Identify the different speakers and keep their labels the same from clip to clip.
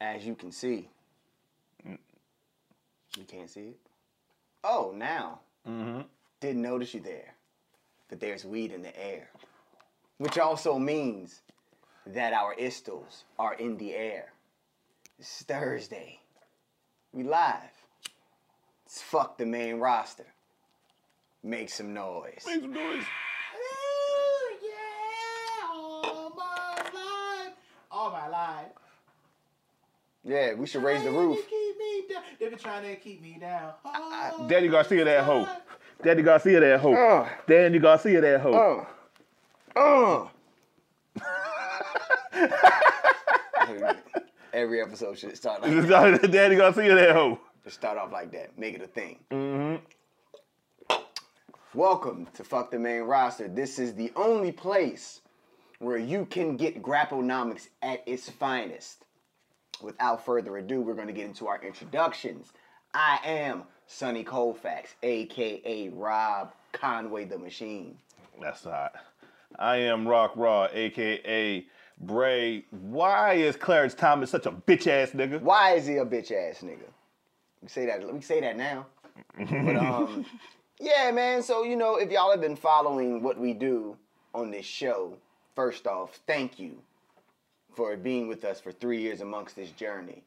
Speaker 1: as you can see. You can't see it? Oh, now.
Speaker 2: Mm-hmm.
Speaker 1: Didn't notice you there. But there's weed in the air. Which also means that our istles are in the air. It's Thursday. We live. It's fuck the main roster. Make some noise.
Speaker 2: Make some noise.
Speaker 3: All my life. All my life.
Speaker 1: Yeah, we should raise the
Speaker 3: Trying to
Speaker 1: roof.
Speaker 3: keep me down. They been trying to keep me down. Oh,
Speaker 2: Daddy Garcia, that hoe.
Speaker 3: God.
Speaker 2: Daddy Garcia, that hoe.
Speaker 1: Oh.
Speaker 2: Danny Garcia, that hoe.
Speaker 1: Oh. Oh. Every episode should start like that.
Speaker 2: Daddy Garcia, that hoe.
Speaker 1: Just start off like that. Make it a thing. Mm-hmm. Welcome to Fuck the Main Roster. This is the only place where you can get Grapplenomics at its finest. Without further ado, we're going to get into our introductions. I am Sonny Colfax, aka Rob Conway the Machine.
Speaker 2: That's hot. I am Rock Raw, aka Bray. Why is Clarence Thomas such a bitch ass nigga?
Speaker 1: Why is he a bitch ass nigga? We say that. We say that now. but um, yeah, man. So you know, if y'all have been following what we do on this show, first off, thank you for being with us for three years amongst this journey.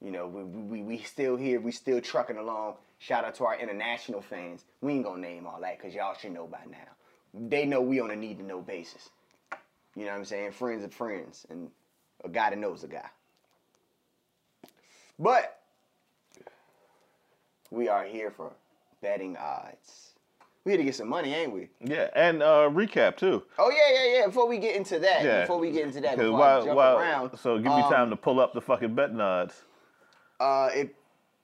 Speaker 1: You know, we we, we still here. We still trucking along. Shout out to our international fans. We ain't gonna name all that because y'all should know by now. They know we on a need to know basis. You know what I'm saying? Friends of friends, and a guy that knows a guy. But we are here for betting odds. We had to get some money, ain't we?
Speaker 2: Yeah, and uh, recap too.
Speaker 1: Oh yeah, yeah, yeah. Before we get into that,
Speaker 2: Yeah.
Speaker 1: before we get into that,
Speaker 2: 'Cause
Speaker 1: before I
Speaker 2: why-
Speaker 1: jump
Speaker 2: why-
Speaker 1: around.
Speaker 2: So give me
Speaker 1: um,
Speaker 2: time to pull up the fucking betting odds.
Speaker 1: Uh, if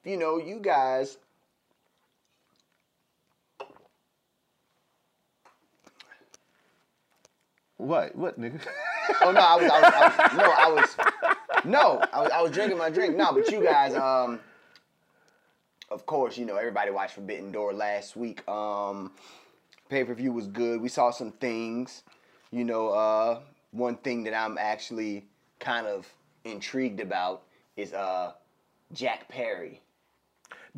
Speaker 1: you know, you guys.
Speaker 2: What? What, nigga?
Speaker 1: Oh no, I was, I was, I was no, I was, no, I was, I was drinking my drink. No, but you guys, um, of course, you know everybody watched Forbidden Door last week. Um, pay per view was good. We saw some things. You know, uh, one thing that I'm actually kind of intrigued about is uh, Jack Perry.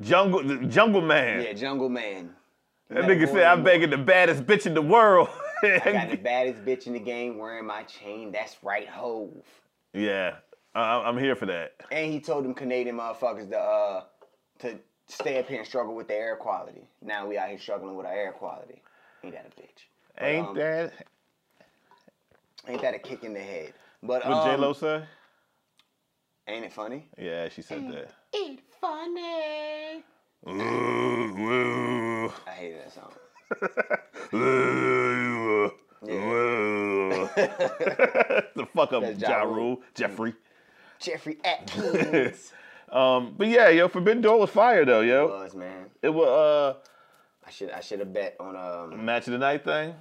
Speaker 2: Jungle, the Jungle Man.
Speaker 1: Yeah, Jungle Man.
Speaker 2: that nigga said I'm begging the baddest bitch in the world.
Speaker 1: I got the baddest bitch in the game wearing my chain. That's right, Hove.
Speaker 2: yeah, I, I'm here for that.
Speaker 1: And he told them Canadian motherfuckers to uh to stay up here and struggle with the air quality. Now we out here struggling with our air quality. Ain't that a bitch? But,
Speaker 2: Ain't
Speaker 1: um,
Speaker 2: that
Speaker 1: Ain't that a kick in the head? But um,
Speaker 2: what J Lo said?
Speaker 1: ain't it funny?
Speaker 2: Yeah, she said that.
Speaker 3: Ain't funny.
Speaker 2: Ooh,
Speaker 1: I hated that song.
Speaker 2: ooh, ooh, ooh. the fuck up,
Speaker 1: That's
Speaker 2: ja
Speaker 1: Ja
Speaker 2: Rule, Jeffrey.
Speaker 1: Jeffrey Atkins
Speaker 2: Um, but yeah, yo, Forbidden Door was fire though, yo.
Speaker 1: was man.
Speaker 2: It was
Speaker 1: I should I should have bet on
Speaker 2: uh,
Speaker 1: um
Speaker 2: match of the night thing.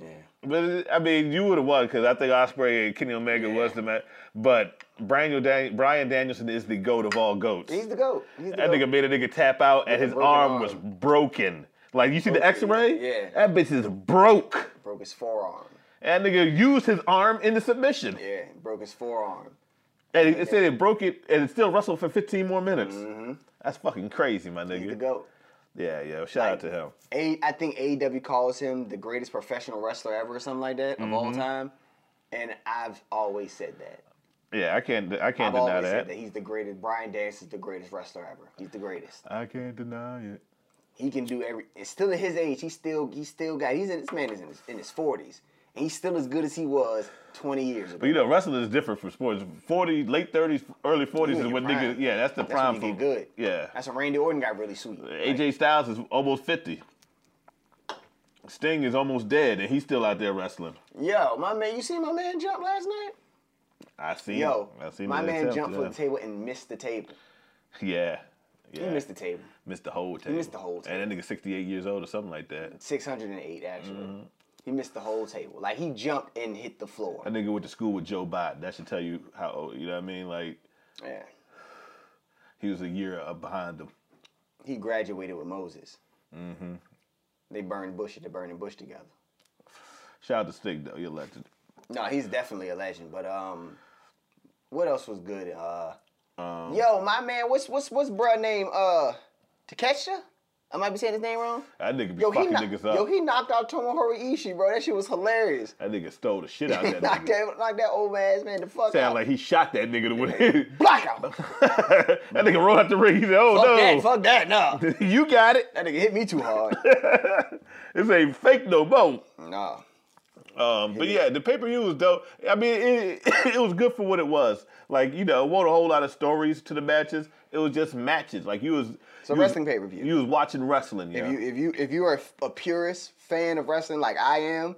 Speaker 1: yeah.
Speaker 2: But it, I mean, you would have won because I think Osprey and Kenny Omega was the match. But Brian, Dan- Brian Danielson is the goat of all goats.
Speaker 1: He's the goat. He's the
Speaker 2: That
Speaker 1: goat.
Speaker 2: nigga made a nigga tap out, and
Speaker 1: a
Speaker 2: his
Speaker 1: broken
Speaker 2: arm,
Speaker 1: arm.
Speaker 2: was broken. Like you see the
Speaker 1: Broken,
Speaker 2: X-ray?
Speaker 1: yeah.
Speaker 2: That bitch is broke.
Speaker 1: broke his forearm.
Speaker 2: And that nigga used his arm in the submission,
Speaker 1: Yeah, broke his forearm.
Speaker 2: and it, it said it broke it, and it still wrestled for 15 more minutes. That's fucking crazy, my
Speaker 1: Mm-hmm. He's the
Speaker 2: nigga.
Speaker 1: goat.
Speaker 2: Yeah, yo, shout out to him.
Speaker 1: A, I think AEW calls him the greatest professional wrestler ever, or something like that, of all
Speaker 2: Mm-hmm.
Speaker 1: time. And I've always said that.
Speaker 2: Yeah, I can't, I can't
Speaker 1: I've
Speaker 2: deny
Speaker 1: always
Speaker 2: that.
Speaker 1: said that he's the greatest. Brian Dance is the greatest wrestler ever. He's the greatest.
Speaker 2: I can't deny it.
Speaker 1: He can do every. It's still at his age. He still. He still got. He's in. This man is in his, in his 40s, and he's still as good as he was 20 years ago.
Speaker 2: But you know, wrestling is different from sports. 40, late 30s, early 40s
Speaker 1: You
Speaker 2: is
Speaker 1: in
Speaker 2: when
Speaker 1: your prime.
Speaker 2: niggas, yeah, that's the
Speaker 1: That's
Speaker 2: prime.
Speaker 1: when you get
Speaker 2: for-
Speaker 1: good.
Speaker 2: Yeah.
Speaker 1: That's when Randy Orton got really sweet.
Speaker 2: AJ Styles is almost 50. Sting is almost dead, and he's still out there wrestling.
Speaker 1: Yo, my man, you see my man jump last night?
Speaker 2: I see.
Speaker 1: Yo,
Speaker 2: I see
Speaker 1: my
Speaker 2: the
Speaker 1: man
Speaker 2: attempt,
Speaker 1: jumped for
Speaker 2: yeah.
Speaker 1: the table and missed the table.
Speaker 2: Yeah. Yeah.
Speaker 1: He missed the table.
Speaker 2: Missed the whole table.
Speaker 1: missed the whole
Speaker 2: And that nigga 68 years old or something like that.
Speaker 1: 608 actually.
Speaker 2: Mm-hmm.
Speaker 1: He missed the whole table. Like he jumped and hit the floor.
Speaker 2: That nigga went to school with Joe Biden. That should tell you how old, you know what I mean? Like,
Speaker 1: Yeah.
Speaker 2: he was a year up behind him.
Speaker 1: He graduated with Moses. Mm-hmm. They burned bush at the burning bush together.
Speaker 2: Shout out to Sting, though. You're a legend.
Speaker 1: No, he's definitely a legend, but um What else was good? Uh,
Speaker 2: Um,
Speaker 1: yo, my man, what's what's what's bruh name? Uh, Takesha. I might be saying his name wrong.
Speaker 2: That nigga be
Speaker 1: Yo, he
Speaker 2: fucking
Speaker 1: kno-
Speaker 2: niggas up.
Speaker 1: yo, he knocked out Tomohiro Ishii, bro. That shit was hilarious.
Speaker 2: that nigga stole the shit out of
Speaker 1: knocked
Speaker 2: that nigga.
Speaker 1: that knocked that old ass man the fuck out.
Speaker 2: Sound like he shot that nigga to win.
Speaker 1: blackout. fuck
Speaker 2: that nigga rolled out the ring. He said, "Oh
Speaker 1: that. Fuck that. No.
Speaker 2: no, you got it.
Speaker 1: That nigga hit me too hard.
Speaker 2: this ain't fake no more."
Speaker 1: nah.
Speaker 2: Um, but yeah, the pay per view was dope. I mean, it, it was good for what it was. Like you know, it wasn't a whole lot of stories to the matches. It was just matches. Like you was
Speaker 1: So
Speaker 2: you
Speaker 1: wrestling
Speaker 2: was,
Speaker 1: pay-per-view.
Speaker 2: You was watching wrestling. Yeah.
Speaker 1: If you if you if you are a purist fan of wrestling like I am,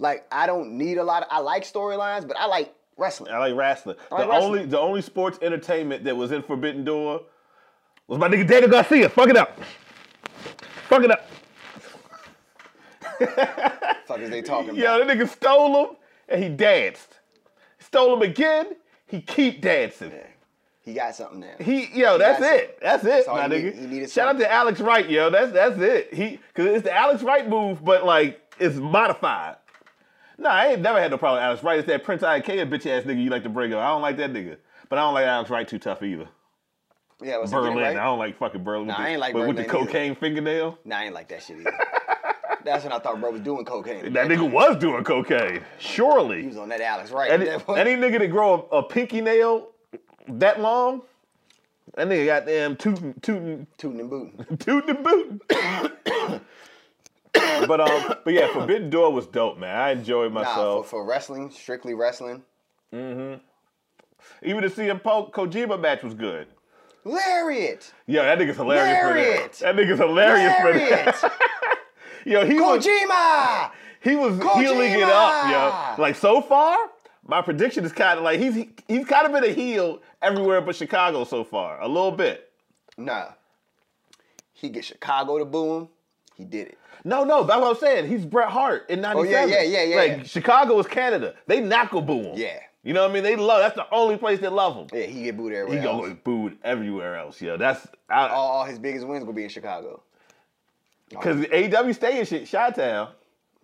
Speaker 1: like I don't need a lot. Of, I like storylines, but I like wrestling.
Speaker 2: I like wrestling.
Speaker 1: I like
Speaker 2: the
Speaker 1: wrestling.
Speaker 2: only the only sports entertainment that was in Forbidden Door was my nigga Daniel Garcia. Fuck it up. Fuck it up.
Speaker 1: Fuckers, they talking about.
Speaker 2: Yo, that nigga stole him and he danced. Stole him again. He keep dancing.
Speaker 1: He got something now.
Speaker 2: He yo, that's
Speaker 1: got
Speaker 2: it. That's it,
Speaker 1: all
Speaker 2: my
Speaker 1: he need-
Speaker 2: nigga.
Speaker 1: he needed
Speaker 2: Shout out
Speaker 1: something.
Speaker 2: to Alex Wright, yo. That's that's it. He cause it's the Alex Wright move, but like it's modified. Nah, I ain't never had no problem with Alex Wright. It's that Prince Ikea bitch ass nigga you like to bring up. I don't like that nigga. But I don't like Alex Wright too tough either.
Speaker 1: Yeah, what's
Speaker 2: Berlin.
Speaker 1: Right?
Speaker 2: I don't like fucking Berlin.
Speaker 1: Nah,
Speaker 2: with the,
Speaker 1: I ain't like
Speaker 2: with, with the
Speaker 1: Berlin either.
Speaker 2: cocaine fingernail.
Speaker 1: Nah, I ain't like that shit either. That's when I thought bro was doing cocaine.
Speaker 2: That nigga was doing cocaine.
Speaker 1: he
Speaker 2: Surely.
Speaker 1: was on that Alex right.
Speaker 2: Any,
Speaker 1: that one.
Speaker 2: any nigga that grow a, a pinky nail that long, that nigga got damn tootin' tootin'
Speaker 1: tooting and booting.
Speaker 2: tootin' and bootin'. but um, but yeah, Forbidden Door was dope, man. I enjoyed
Speaker 1: Nah, for,
Speaker 2: myself.
Speaker 1: for wrestling, strictly wrestling.
Speaker 2: Even the CM Punk Kojima match was good.
Speaker 1: Lariat,
Speaker 2: Yo, that nigga's hilarious
Speaker 1: Lariat.
Speaker 2: for that. That nigga's hilarious
Speaker 1: lariat,
Speaker 2: for that. Yo, he was
Speaker 1: Kojima.
Speaker 2: He was healing it up,
Speaker 1: Kojima!
Speaker 2: yo. Like so far, my prediction is kind of like he's he's kind of been a heel everywhere but Chicago so far, a little bit.
Speaker 1: Nah, he get Chicago to boom. He did it.
Speaker 2: No, no, that's what I'm saying. He's Bret Hart in '97.
Speaker 1: Oh, yeah, yeah, yeah, yeah.
Speaker 2: Like Chicago is Canada. They knuckle boo him.
Speaker 1: Yeah.
Speaker 2: you know what I mean. They love. That's the only place they love him.
Speaker 1: Yeah, he get booed everywhere.
Speaker 2: He
Speaker 1: else.
Speaker 2: gonna get booed everywhere else, yo. That's I
Speaker 1: all, all his biggest wins gonna be in Chicago.
Speaker 2: because AEW stay in shit, Chi-Town.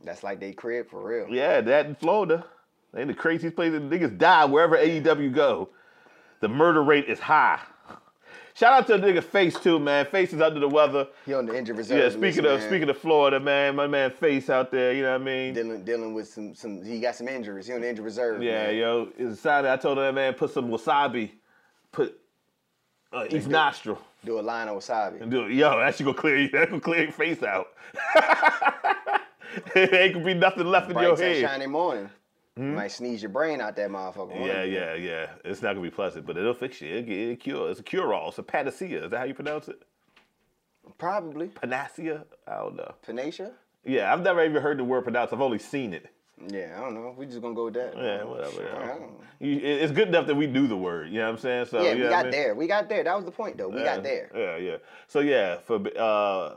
Speaker 1: That's like they crib for real.
Speaker 2: Yeah, that in Florida. They the craziest place that niggas die wherever AEW go. The murder rate is high. Shout out to the nigga Face too, man. Face is under the weather.
Speaker 1: He on the injured reserve.
Speaker 2: Yeah,
Speaker 1: list,
Speaker 2: speaking of
Speaker 1: man.
Speaker 2: speaking of Florida, man, my man Face out there, you know what I mean?
Speaker 1: dealing dealing with some some he got some injuries. He on the injured reserve.
Speaker 2: Yeah,
Speaker 1: man.
Speaker 2: yo, it's a sign that I told that man put some wasabi, put uh, each nostril.
Speaker 1: Do a line of wasabi.
Speaker 2: Dude, yo, that shit gonna clear you. That gonna clear your face out. it ain't gonna be nothing left in
Speaker 1: Bright
Speaker 2: your head. Hmm?
Speaker 1: sunshiny morning. Might sneeze your brain out that motherfucker. won't
Speaker 2: Yeah,
Speaker 1: it?
Speaker 2: yeah, yeah. It's not gonna be pleasant, but it'll fix you. It'll get it cure. It's a cure all. It's a panacea. Is that how you pronounce it?
Speaker 1: Probably.
Speaker 2: Panacea? I don't know.
Speaker 1: Panacea?
Speaker 2: Yeah, I've never even heard the word pronounced. I've only seen it.
Speaker 1: Yeah, I don't know. We just gonna go with that.
Speaker 2: Yeah, whatever.
Speaker 1: I
Speaker 2: yeah.
Speaker 1: don't know.
Speaker 2: You, it- it's good enough that we knew the word. You know what I'm saying? So
Speaker 1: Yeah,
Speaker 2: you
Speaker 1: we
Speaker 2: know what I
Speaker 1: got
Speaker 2: mean?
Speaker 1: there. We got there. That was the point though. We got there.
Speaker 2: Yeah, yeah. So yeah, for uh,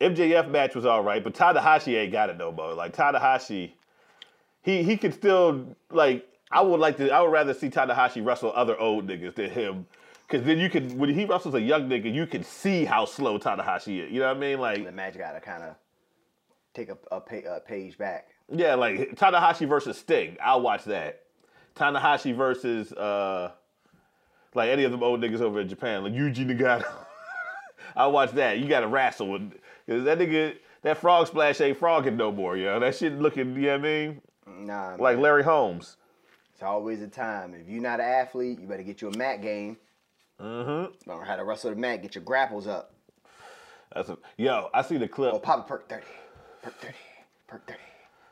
Speaker 2: MJF match was all right, but Tanahashi ain't got it no more. Like Tanahashi, he he could still like. I would like to. I would rather see Tanahashi wrestle other old niggas than him, because then you could when he wrestles a young nigga, you can see how slow Tanahashi is. You know what I mean? Like
Speaker 1: The match gotta kinda take a, a, pa- a page back.
Speaker 2: yeah, like Tanahashi versus Sting. I'll watch that. Tanahashi versus uh, like any of them old niggas over in Japan, like Yuji Nagata. I watch that. You gotta wrestle with 'cause that nigga. That frog splash ain't frogging no more, yo. That shit looking, you know what I mean?
Speaker 1: Nah.
Speaker 2: Like Larry Holmes.
Speaker 1: It's always a time. If you're not an athlete, you better get you a mat game. Mm-hmm. Learn how to wrestle the mat. Get your grapples up.
Speaker 2: That's a, yo, I see the clip.
Speaker 1: Oh, pop a perk 30. Perk 30. Perk 30.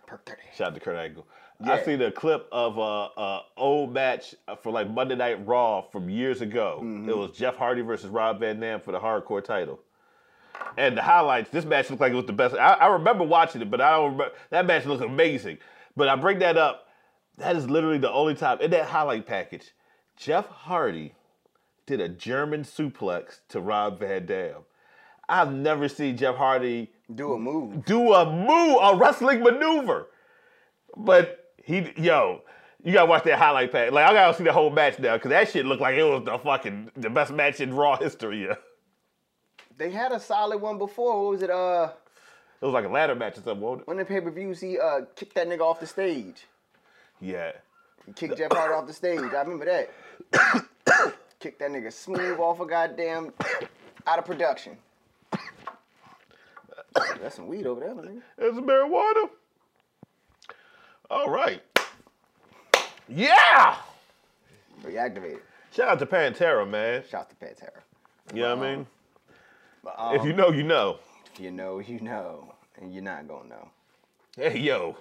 Speaker 1: Perk 30.
Speaker 2: Shout out to Kurt Angle.
Speaker 1: Yeah.
Speaker 2: I seen a clip of a, a old match for like Monday Night Raw from years ago. It was Jeff Hardy versus Rob Van Dam for the Hardcore title. And the highlights, this match looked like it was the best. I, I remember watching it, but I don't remember. That match looked amazing. But I bring that up. That is literally the only time in that highlight package. Jeff Hardy did a German suplex to Rob Van Dam. I've never seen Jeff Hardy
Speaker 1: Do a move.
Speaker 2: do a move, a wrestling maneuver. But he, yo, you gotta watch that highlight pack. Like I gotta see the whole match now because that shit looked like it was the fucking the best match in Raw history. Yeah.
Speaker 1: They had a solid one before. What was it? Uh,
Speaker 2: It was like a ladder match or something. Wasn't
Speaker 1: one of the pay per views, he uh kicked that nigga off the stage.
Speaker 2: it? Yeah.
Speaker 1: Kick Jeff Hardy off the stage. I remember that. Kick that nigga smooth off a goddamn out of production. That's some weed over there, my nigga.
Speaker 2: It's marijuana. All right. Yeah.
Speaker 1: Reactivated.
Speaker 2: Shout out to Pantera, man.
Speaker 1: Shout out to Pantera.
Speaker 2: You know what I mean?
Speaker 1: But, um,
Speaker 2: If you know, you know.
Speaker 1: you know, you know, and you're not gonna know.
Speaker 2: Hey, yo.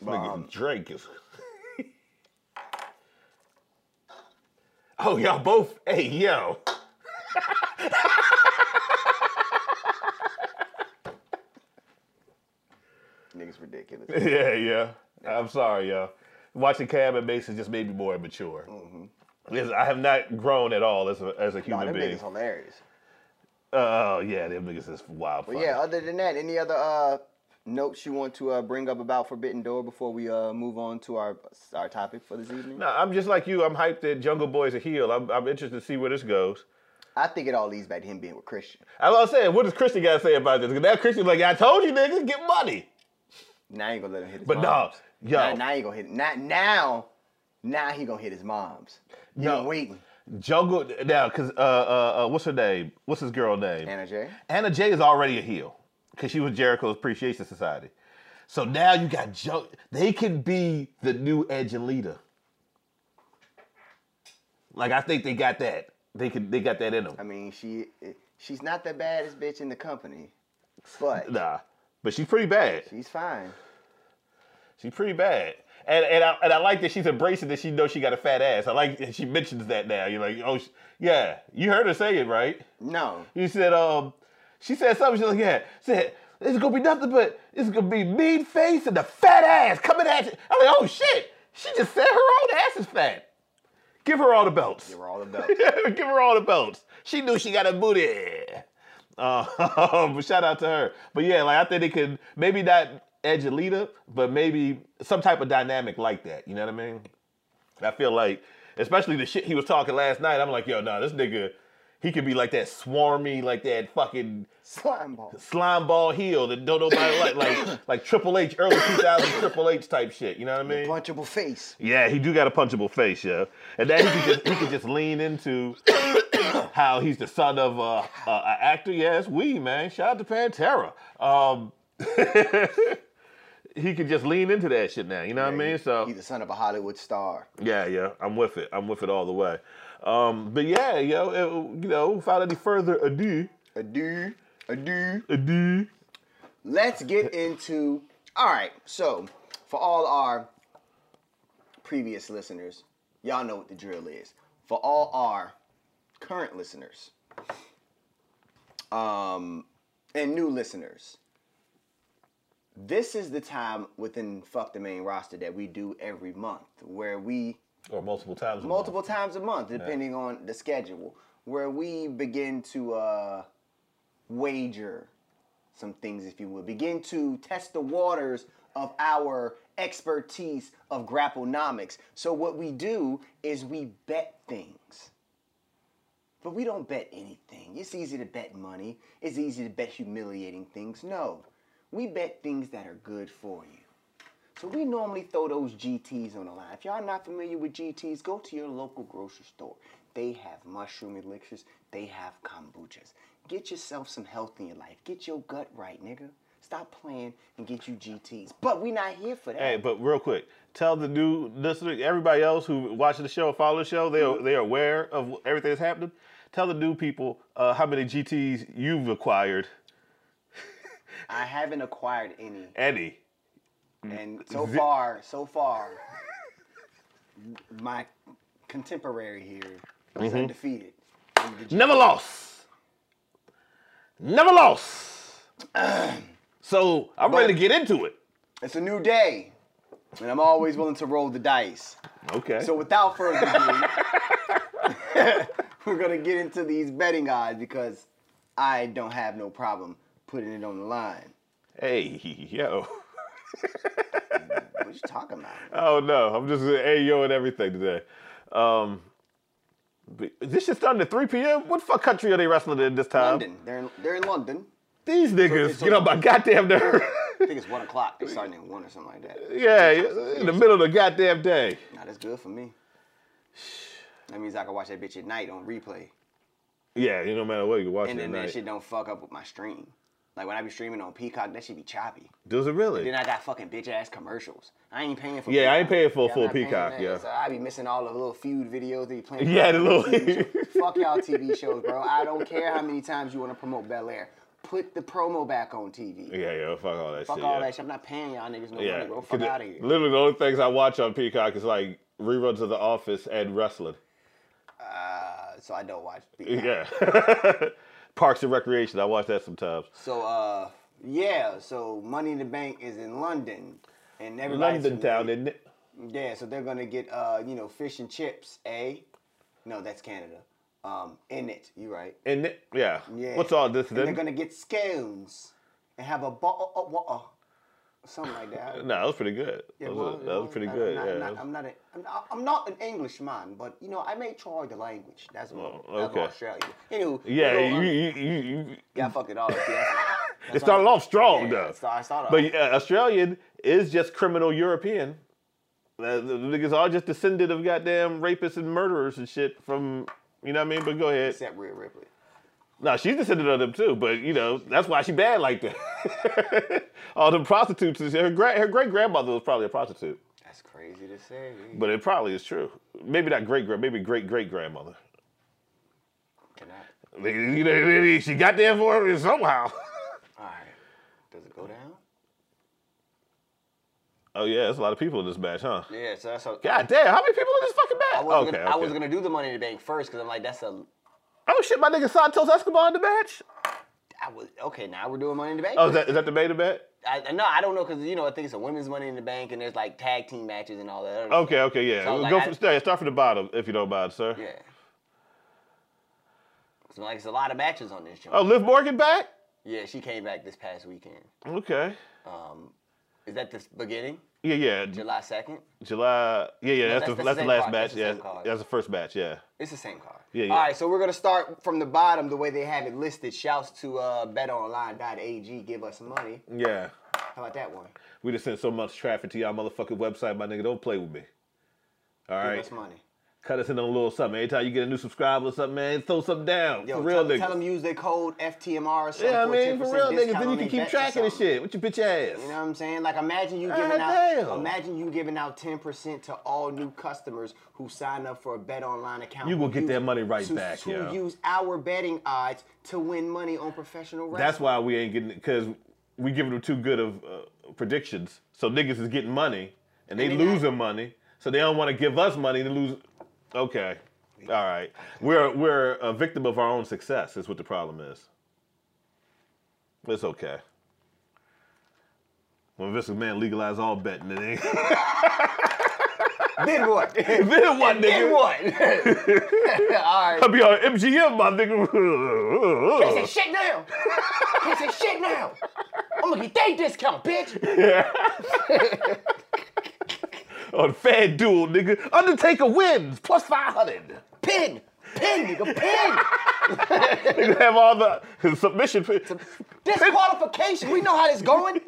Speaker 2: This nigga
Speaker 1: um,
Speaker 2: Drake is. oh, y'all both. Hey, yo.
Speaker 1: Niggas ridiculous.
Speaker 2: Yeah, yeah. I'm sorry, y'all. Watching Cam and Mason just made me more immature. Because I have not grown at all as a, as a
Speaker 1: Nah,
Speaker 2: human
Speaker 1: them
Speaker 2: being.
Speaker 1: niggas hilarious.
Speaker 2: Oh, yeah, them niggas is wild.
Speaker 1: But
Speaker 2: funny.
Speaker 1: yeah, other than that, any other uh, notes you want to uh, bring up about Forbidden Door before we uh, move on to our our topic for this evening?
Speaker 2: No, I'm just like you. I'm hyped that Jungle Boy's a heel. I'm, I'm interested to see where this goes.
Speaker 1: I think it all leads back to him being with Christian.
Speaker 2: I was saying, what does Christian got to say about this? Because now Christian's like, I told you niggas, get money.
Speaker 1: Now I ain't gonna let him hit his
Speaker 2: But no,
Speaker 1: moms.
Speaker 2: yo,
Speaker 1: Now, now he ain't gonna hit not now. Now he gonna hit his moms. You
Speaker 2: No.
Speaker 1: been waiting,
Speaker 2: Jungle, now, because uh, uh, uh, what's her name? What's his girl name?
Speaker 1: Anna J.
Speaker 2: Anna Jay is already a heel because she was Jericho's Appreciation Society. So now you got Joe. They can be the new Edge and Lita. Like I think they got that. They could. They got that in them.
Speaker 1: I mean, she eh, she's not the baddest bitch in the company, but
Speaker 2: Nah, but she's pretty bad.
Speaker 1: she's fine.
Speaker 2: She's pretty bad. And and I, and I like that she's embracing that she knows she got a fat ass. I like that she mentions that now. You're like, oh sh- yeah, you heard her say it right.
Speaker 1: No,
Speaker 2: You said um, she said something. She's like, yeah, said it's gonna be nothing but it's gonna be mean face and the fat ass coming at you. I'm like, oh shit, she just said her own ass is fat. Give her all the belts.
Speaker 1: we're all about.
Speaker 2: Give her all the belts. She knew she got a booty. Uh, but shout out to her. But yeah, like I think they could maybe not edge a leader, but maybe some type of dynamic like that. You know what I mean? I feel like, especially the shit he was talking last night. I'm like, yo, nah, this nigga, he could be like that swarmy, like that fucking
Speaker 1: Slime ball.
Speaker 2: slime ball heel that don't nobody like, like like Triple H early 2000 Triple H type shit. You know what I mean?
Speaker 1: Punchable face.
Speaker 2: Yeah, he do got a punchable face, yeah. And then he could just he could just lean into how he's the son of a, a, a actor. Yeah, it's we man. Shout out to Pantera. Um, he could just lean into that shit now. You know what I mean? So
Speaker 1: He's the son of a Hollywood star.
Speaker 2: yeah, yeah, I'm with it. I'm with it all the way. Um, but yeah, yo, it, you know, without any further ado,
Speaker 1: Ado, ado.
Speaker 2: ado,
Speaker 1: Let's get into. All right, so for all our previous listeners, y'all know what the drill is. For all our current listeners, um, and new listeners, this is the time within Fuck the Main roster that we do every month where we
Speaker 2: or multiple times,
Speaker 1: multiple times a month, depending on the schedule, where we begin to uh, wager some things, if you will, begin to test the waters of our expertise of grapplenomics. So what we do is we bet things. But we don't bet anything. It's easy to bet money. It's easy to bet humiliating things. No. We bet things that are good for you. So we normally throw those GTs on the line. If y'all not familiar with GTs, go to your local grocery store. They have mushroom elixirs. They have kombuchas. Get yourself some health in your life. Get your gut right, nigga. Stop playing and get you GTs. But we not here for that.
Speaker 2: Hey, but real quick, tell the new listener, everybody else who watches the show, and follow the show, they are, they are aware of everything that's happening. Tell the new people uh, how many GTs you've acquired.
Speaker 1: I haven't acquired any.
Speaker 2: Any?
Speaker 1: And so far, so far, my contemporary here is undefeated. in the
Speaker 2: Never lost. Never lost. so I'm ready to get into it.
Speaker 1: It's a new day, and I'm always willing to roll the dice.
Speaker 2: Okay.
Speaker 1: So without further ado, we're gonna get into these betting odds because I don't have no problem putting it on the line.
Speaker 2: hey, yo.
Speaker 1: What you talking about?
Speaker 2: Oh no, I'm just hey yo and everything today. Um, but this shit starting at 3 p.m. What fuck Uh, country are they wrestling in this time?
Speaker 1: London. They're in, they're in London.
Speaker 2: These niggas
Speaker 1: it's
Speaker 2: get
Speaker 1: a-
Speaker 2: on my goddamn nerve.
Speaker 1: I think it's one o'clock. They starting at one or something like that.
Speaker 2: Yeah, in the middle of the goddamn day.
Speaker 1: Nah, that's good for me. That means I can watch that bitch at night on replay,
Speaker 2: Yeah, you no matter what you watch
Speaker 1: and
Speaker 2: it at
Speaker 1: then that
Speaker 2: night.
Speaker 1: shit don't fuck up with my stream. Like when I be streaming on Peacock, that shit be choppy.
Speaker 2: Does it really?
Speaker 1: Then I got fucking bitch ass commercials. I ain't paying for.
Speaker 2: Yeah, I ain't paying for a
Speaker 1: I'm
Speaker 2: full
Speaker 1: not paying
Speaker 2: Peacock,
Speaker 1: that.
Speaker 2: yeah.
Speaker 1: so I be missing all the little feud videos that you playing.
Speaker 2: Yeah, the little-
Speaker 1: Fuck y'all TV shows, bro. I don't care how many times you want to promote Bel Air. Put the promo back on TV.
Speaker 2: yeah, yeah, fuck all that
Speaker 1: Fuck
Speaker 2: shit.
Speaker 1: all
Speaker 2: yeah.
Speaker 1: that shit. I'm not paying y'all niggas no
Speaker 2: Yeah.
Speaker 1: money, bro.
Speaker 2: 'Cause
Speaker 1: Fuck
Speaker 2: the-
Speaker 1: out of here.
Speaker 2: Literally, the only things I watch on Peacock is like reruns of The Office and wrestling.
Speaker 1: Uh, so I don't watch. Peacock.
Speaker 2: Yeah. Parks and Recreation. I watch that sometimes.
Speaker 1: So uh, yeah. So Money in the Bank is in London, and everybody
Speaker 2: London Town, isn't it?
Speaker 1: Yeah, so they're gonna get uh, you know, fish and chips, eh? No, that's Canada. Um, in it, you right.
Speaker 2: And it- yeah.
Speaker 1: Yeah.
Speaker 2: What's all this
Speaker 1: And they're
Speaker 2: then?
Speaker 1: gonna get scones and have a uh, bottle of water, something like that.
Speaker 2: No, that was pretty good.
Speaker 1: Yeah,
Speaker 2: that, was,
Speaker 1: well,
Speaker 2: that
Speaker 1: you know,
Speaker 2: was pretty
Speaker 1: I'm
Speaker 2: good.
Speaker 1: Not,
Speaker 2: yeah.
Speaker 1: I'm, not, I'm not a, I'm, not, I'm not an Englishman, but you know, I may try the language. That's my,
Speaker 2: Oh,
Speaker 1: that's my
Speaker 2: okay.
Speaker 1: Australia. Anywho,
Speaker 2: yeah,
Speaker 1: you, know,
Speaker 2: you,
Speaker 1: um,
Speaker 2: you, you, you,
Speaker 1: yeah, I fucked it all up. yeah. That's
Speaker 2: it started
Speaker 1: all-
Speaker 2: off strong
Speaker 1: yeah,
Speaker 2: though.
Speaker 1: it started- it started
Speaker 2: But
Speaker 1: off-
Speaker 2: uh, Australian is just criminal European. Uh, the the niggas all just descended of goddamn rapists and murderers and shit from, you know what I mean? But go ahead.
Speaker 1: Except Rhea Ripley.
Speaker 2: No, she's descended of them too, but you know, that's why she bad like that. all the prostitutes, is- her, gra- her great grandmother was probably a prostitute,
Speaker 1: That's crazy to say.
Speaker 2: but it probably is true. Maybe not great grand, maybe great great grandmother.
Speaker 1: Can I?
Speaker 2: You know, she got there for her somehow.
Speaker 1: All right. Does it go down?
Speaker 2: oh yeah, there's a lot of people in this match, huh?
Speaker 1: Yeah. So that's how.
Speaker 2: God damn, how many people in this fucking match?
Speaker 1: I was,
Speaker 2: okay,
Speaker 1: gonna,
Speaker 2: okay.
Speaker 1: I was gonna do the Money in the Bank first because I'm like, that's a.
Speaker 2: Oh shit, my nigga Santos Escobar in the match?
Speaker 1: I was okay. Now we're doing Money in the Bank.
Speaker 2: Oh, is that, is that the main event?
Speaker 1: I, I- no, I don't know because you know I think it's a women's Money in the Bank and there's like tag team matches and all that. Other
Speaker 2: Okay, okay, yeah.
Speaker 1: So,
Speaker 2: We'll
Speaker 1: like,
Speaker 2: go
Speaker 1: I-
Speaker 2: from, start, start from the bottom if you don't mind, sir.
Speaker 1: Stuff. Yeah. So like it's a lot of matches on this joint.
Speaker 2: Oh, Liv Morgan back?
Speaker 1: Yeah, she came back this past weekend.
Speaker 2: Okay.
Speaker 1: Um, is that the beginning?
Speaker 2: Yeah, yeah. J-
Speaker 1: July second.
Speaker 2: July. Yeah, yeah.
Speaker 1: No,
Speaker 2: that's,
Speaker 1: that's
Speaker 2: the,
Speaker 1: the
Speaker 2: that's the
Speaker 1: same
Speaker 2: last
Speaker 1: card,
Speaker 2: match.
Speaker 1: that's the
Speaker 2: yeah,
Speaker 1: same card.
Speaker 2: that's the first match. Yeah.
Speaker 1: It's the same card.
Speaker 2: Yeah, yeah.
Speaker 1: All right, so we're gonna start from the bottom, the way they have it listed. Shouts to uh, BetOnline.ag, give us money.
Speaker 2: Yeah.
Speaker 1: How about that one?
Speaker 2: We just sent so much traffic to y'all motherfucking website, my nigga. Don't play with me. All
Speaker 1: Give
Speaker 2: right.
Speaker 1: us money.
Speaker 2: Cut us in on a little something. Every time you get a new subscriber or something, man, throw something down.
Speaker 1: Yo,
Speaker 2: for real
Speaker 1: tell,
Speaker 2: niggas.
Speaker 1: tell them use their code FTMR or something.
Speaker 2: yeah, I
Speaker 1: for a
Speaker 2: mean, for
Speaker 1: 10%
Speaker 2: real
Speaker 1: discount
Speaker 2: niggas. Then you
Speaker 1: on
Speaker 2: can
Speaker 1: their
Speaker 2: keep
Speaker 1: bets or
Speaker 2: track of this
Speaker 1: something.
Speaker 2: shit. What your bitch ass?
Speaker 1: You know what I'm saying? Like imagine you giving
Speaker 2: God
Speaker 1: out
Speaker 2: damn.
Speaker 1: imagine you giving out 10% to all new customers who sign up for a bet online account.
Speaker 2: You
Speaker 1: who
Speaker 2: gonna get
Speaker 1: use-
Speaker 2: that money right
Speaker 1: to-
Speaker 2: back,
Speaker 1: to
Speaker 2: yo.
Speaker 1: use our betting odds to win money on professional wrestling.
Speaker 2: That's why we ain't getting it because we giving them too good of uh, predictions. So niggas is getting money and they
Speaker 1: And they not-
Speaker 2: losing money. So they don't want to give us money to lose. Okay, all right. We're we're a victim of our own success. Is what the problem is. It's okay. When Vince McMahon legalized all betting, then ain't-
Speaker 1: Then what?
Speaker 2: then what,
Speaker 1: then
Speaker 2: nigga?
Speaker 1: what? all right.
Speaker 2: I'll be on MGM, my nigga.
Speaker 1: Can't say shit now. Can't say shit now. I'm gonna get that discount, bitch.
Speaker 2: on FanDuel, nigga. Undertaker wins plus five hundred.
Speaker 1: Pin, pin, nigga, pin.
Speaker 2: They have all the submission. pi-
Speaker 1: Disqualification. We know how this going.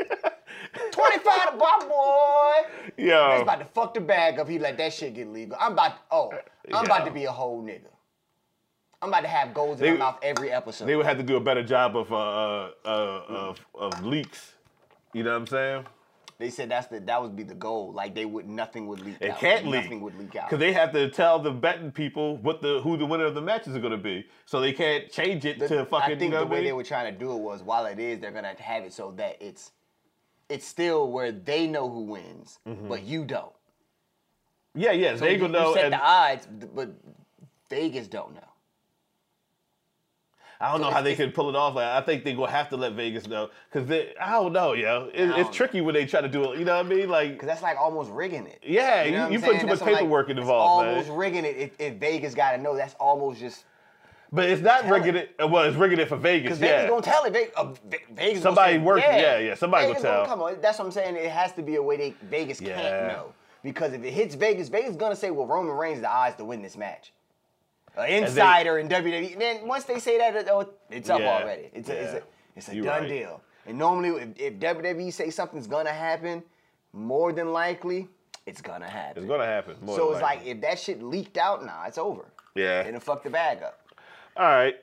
Speaker 1: 25 to my boy. He's
Speaker 2: Yo,
Speaker 1: about to fuck the bag up. He let that shit get legal. I'm about oh, I'm about to be a whole nigga. I'm about to have goals in
Speaker 2: They-
Speaker 1: my mouth every episode.
Speaker 2: they would have to do a better job of uh, uh, uh, of, of leaks. You know what I'm saying?
Speaker 1: They said that's the that would be the goal. Like they would nothing would leak
Speaker 2: It
Speaker 1: out.
Speaker 2: can't leak
Speaker 1: Nothing would leak out.
Speaker 2: because they have to tell the betting people what the who the winner of the matches are going to be, so they can't change it to fucking.
Speaker 1: I think
Speaker 2: you know
Speaker 1: the
Speaker 2: what I
Speaker 1: way
Speaker 2: mean?
Speaker 1: they were trying to do it was while it is, they're gonna have it so that it's it's still where they know who wins, but you don't.
Speaker 2: yeah, yeah, Mm-hmm. they
Speaker 1: you,
Speaker 2: gonna
Speaker 1: you
Speaker 2: know.
Speaker 1: set
Speaker 2: And
Speaker 1: the odds, but Vegas don't know.
Speaker 2: I don't know how they can pull it off. I I think they gonna have to let Vegas know because I don't know, yo. It,
Speaker 1: don't
Speaker 2: it's
Speaker 1: know.
Speaker 2: tricky when they try to do it. You know what I mean? Like,
Speaker 1: Cause that's like almost rigging it.
Speaker 2: yeah,
Speaker 1: know
Speaker 2: you,
Speaker 1: what I'm
Speaker 2: you put
Speaker 1: saying?
Speaker 2: too
Speaker 1: That's
Speaker 2: much
Speaker 1: what I'm
Speaker 2: paperwork
Speaker 1: like,
Speaker 2: in
Speaker 1: it's
Speaker 2: involved, man.
Speaker 1: Almost rigging it. If, if Vegas got to know, that's almost just
Speaker 2: But it's not
Speaker 1: Tell
Speaker 2: rigging it. Well, it's rigging it for Vegas.
Speaker 1: because
Speaker 2: Yeah.
Speaker 1: Vegas gonna tell it. Vegas, uh, Ve- Vegas gonna
Speaker 2: Somebody
Speaker 1: say,
Speaker 2: working- yeah, yeah, somebody gonna
Speaker 1: Vegas
Speaker 2: tell.
Speaker 1: Come on, that's what I'm saying. It has to be a way they Vegas
Speaker 2: Yeah.
Speaker 1: can't know because if it hits Vegas, Vegas gonna say, well, Roman Reigns the odds to win this match. An insider in WWE. Then E. once they say that, it- oh, it's up
Speaker 2: Yeah,
Speaker 1: already. It's a, it's
Speaker 2: yeah.
Speaker 1: a, it's a
Speaker 2: You
Speaker 1: done
Speaker 2: right.
Speaker 1: deal. And normally, if, if WWE say something's gonna happen, more than likely, it's gonna happen.
Speaker 2: It's gonna happen. more
Speaker 1: so
Speaker 2: than
Speaker 1: it's
Speaker 2: likely.
Speaker 1: like if that shit leaked out, nah, it's over.
Speaker 2: Yeah.
Speaker 1: It'll fuck the bag up.
Speaker 2: All right.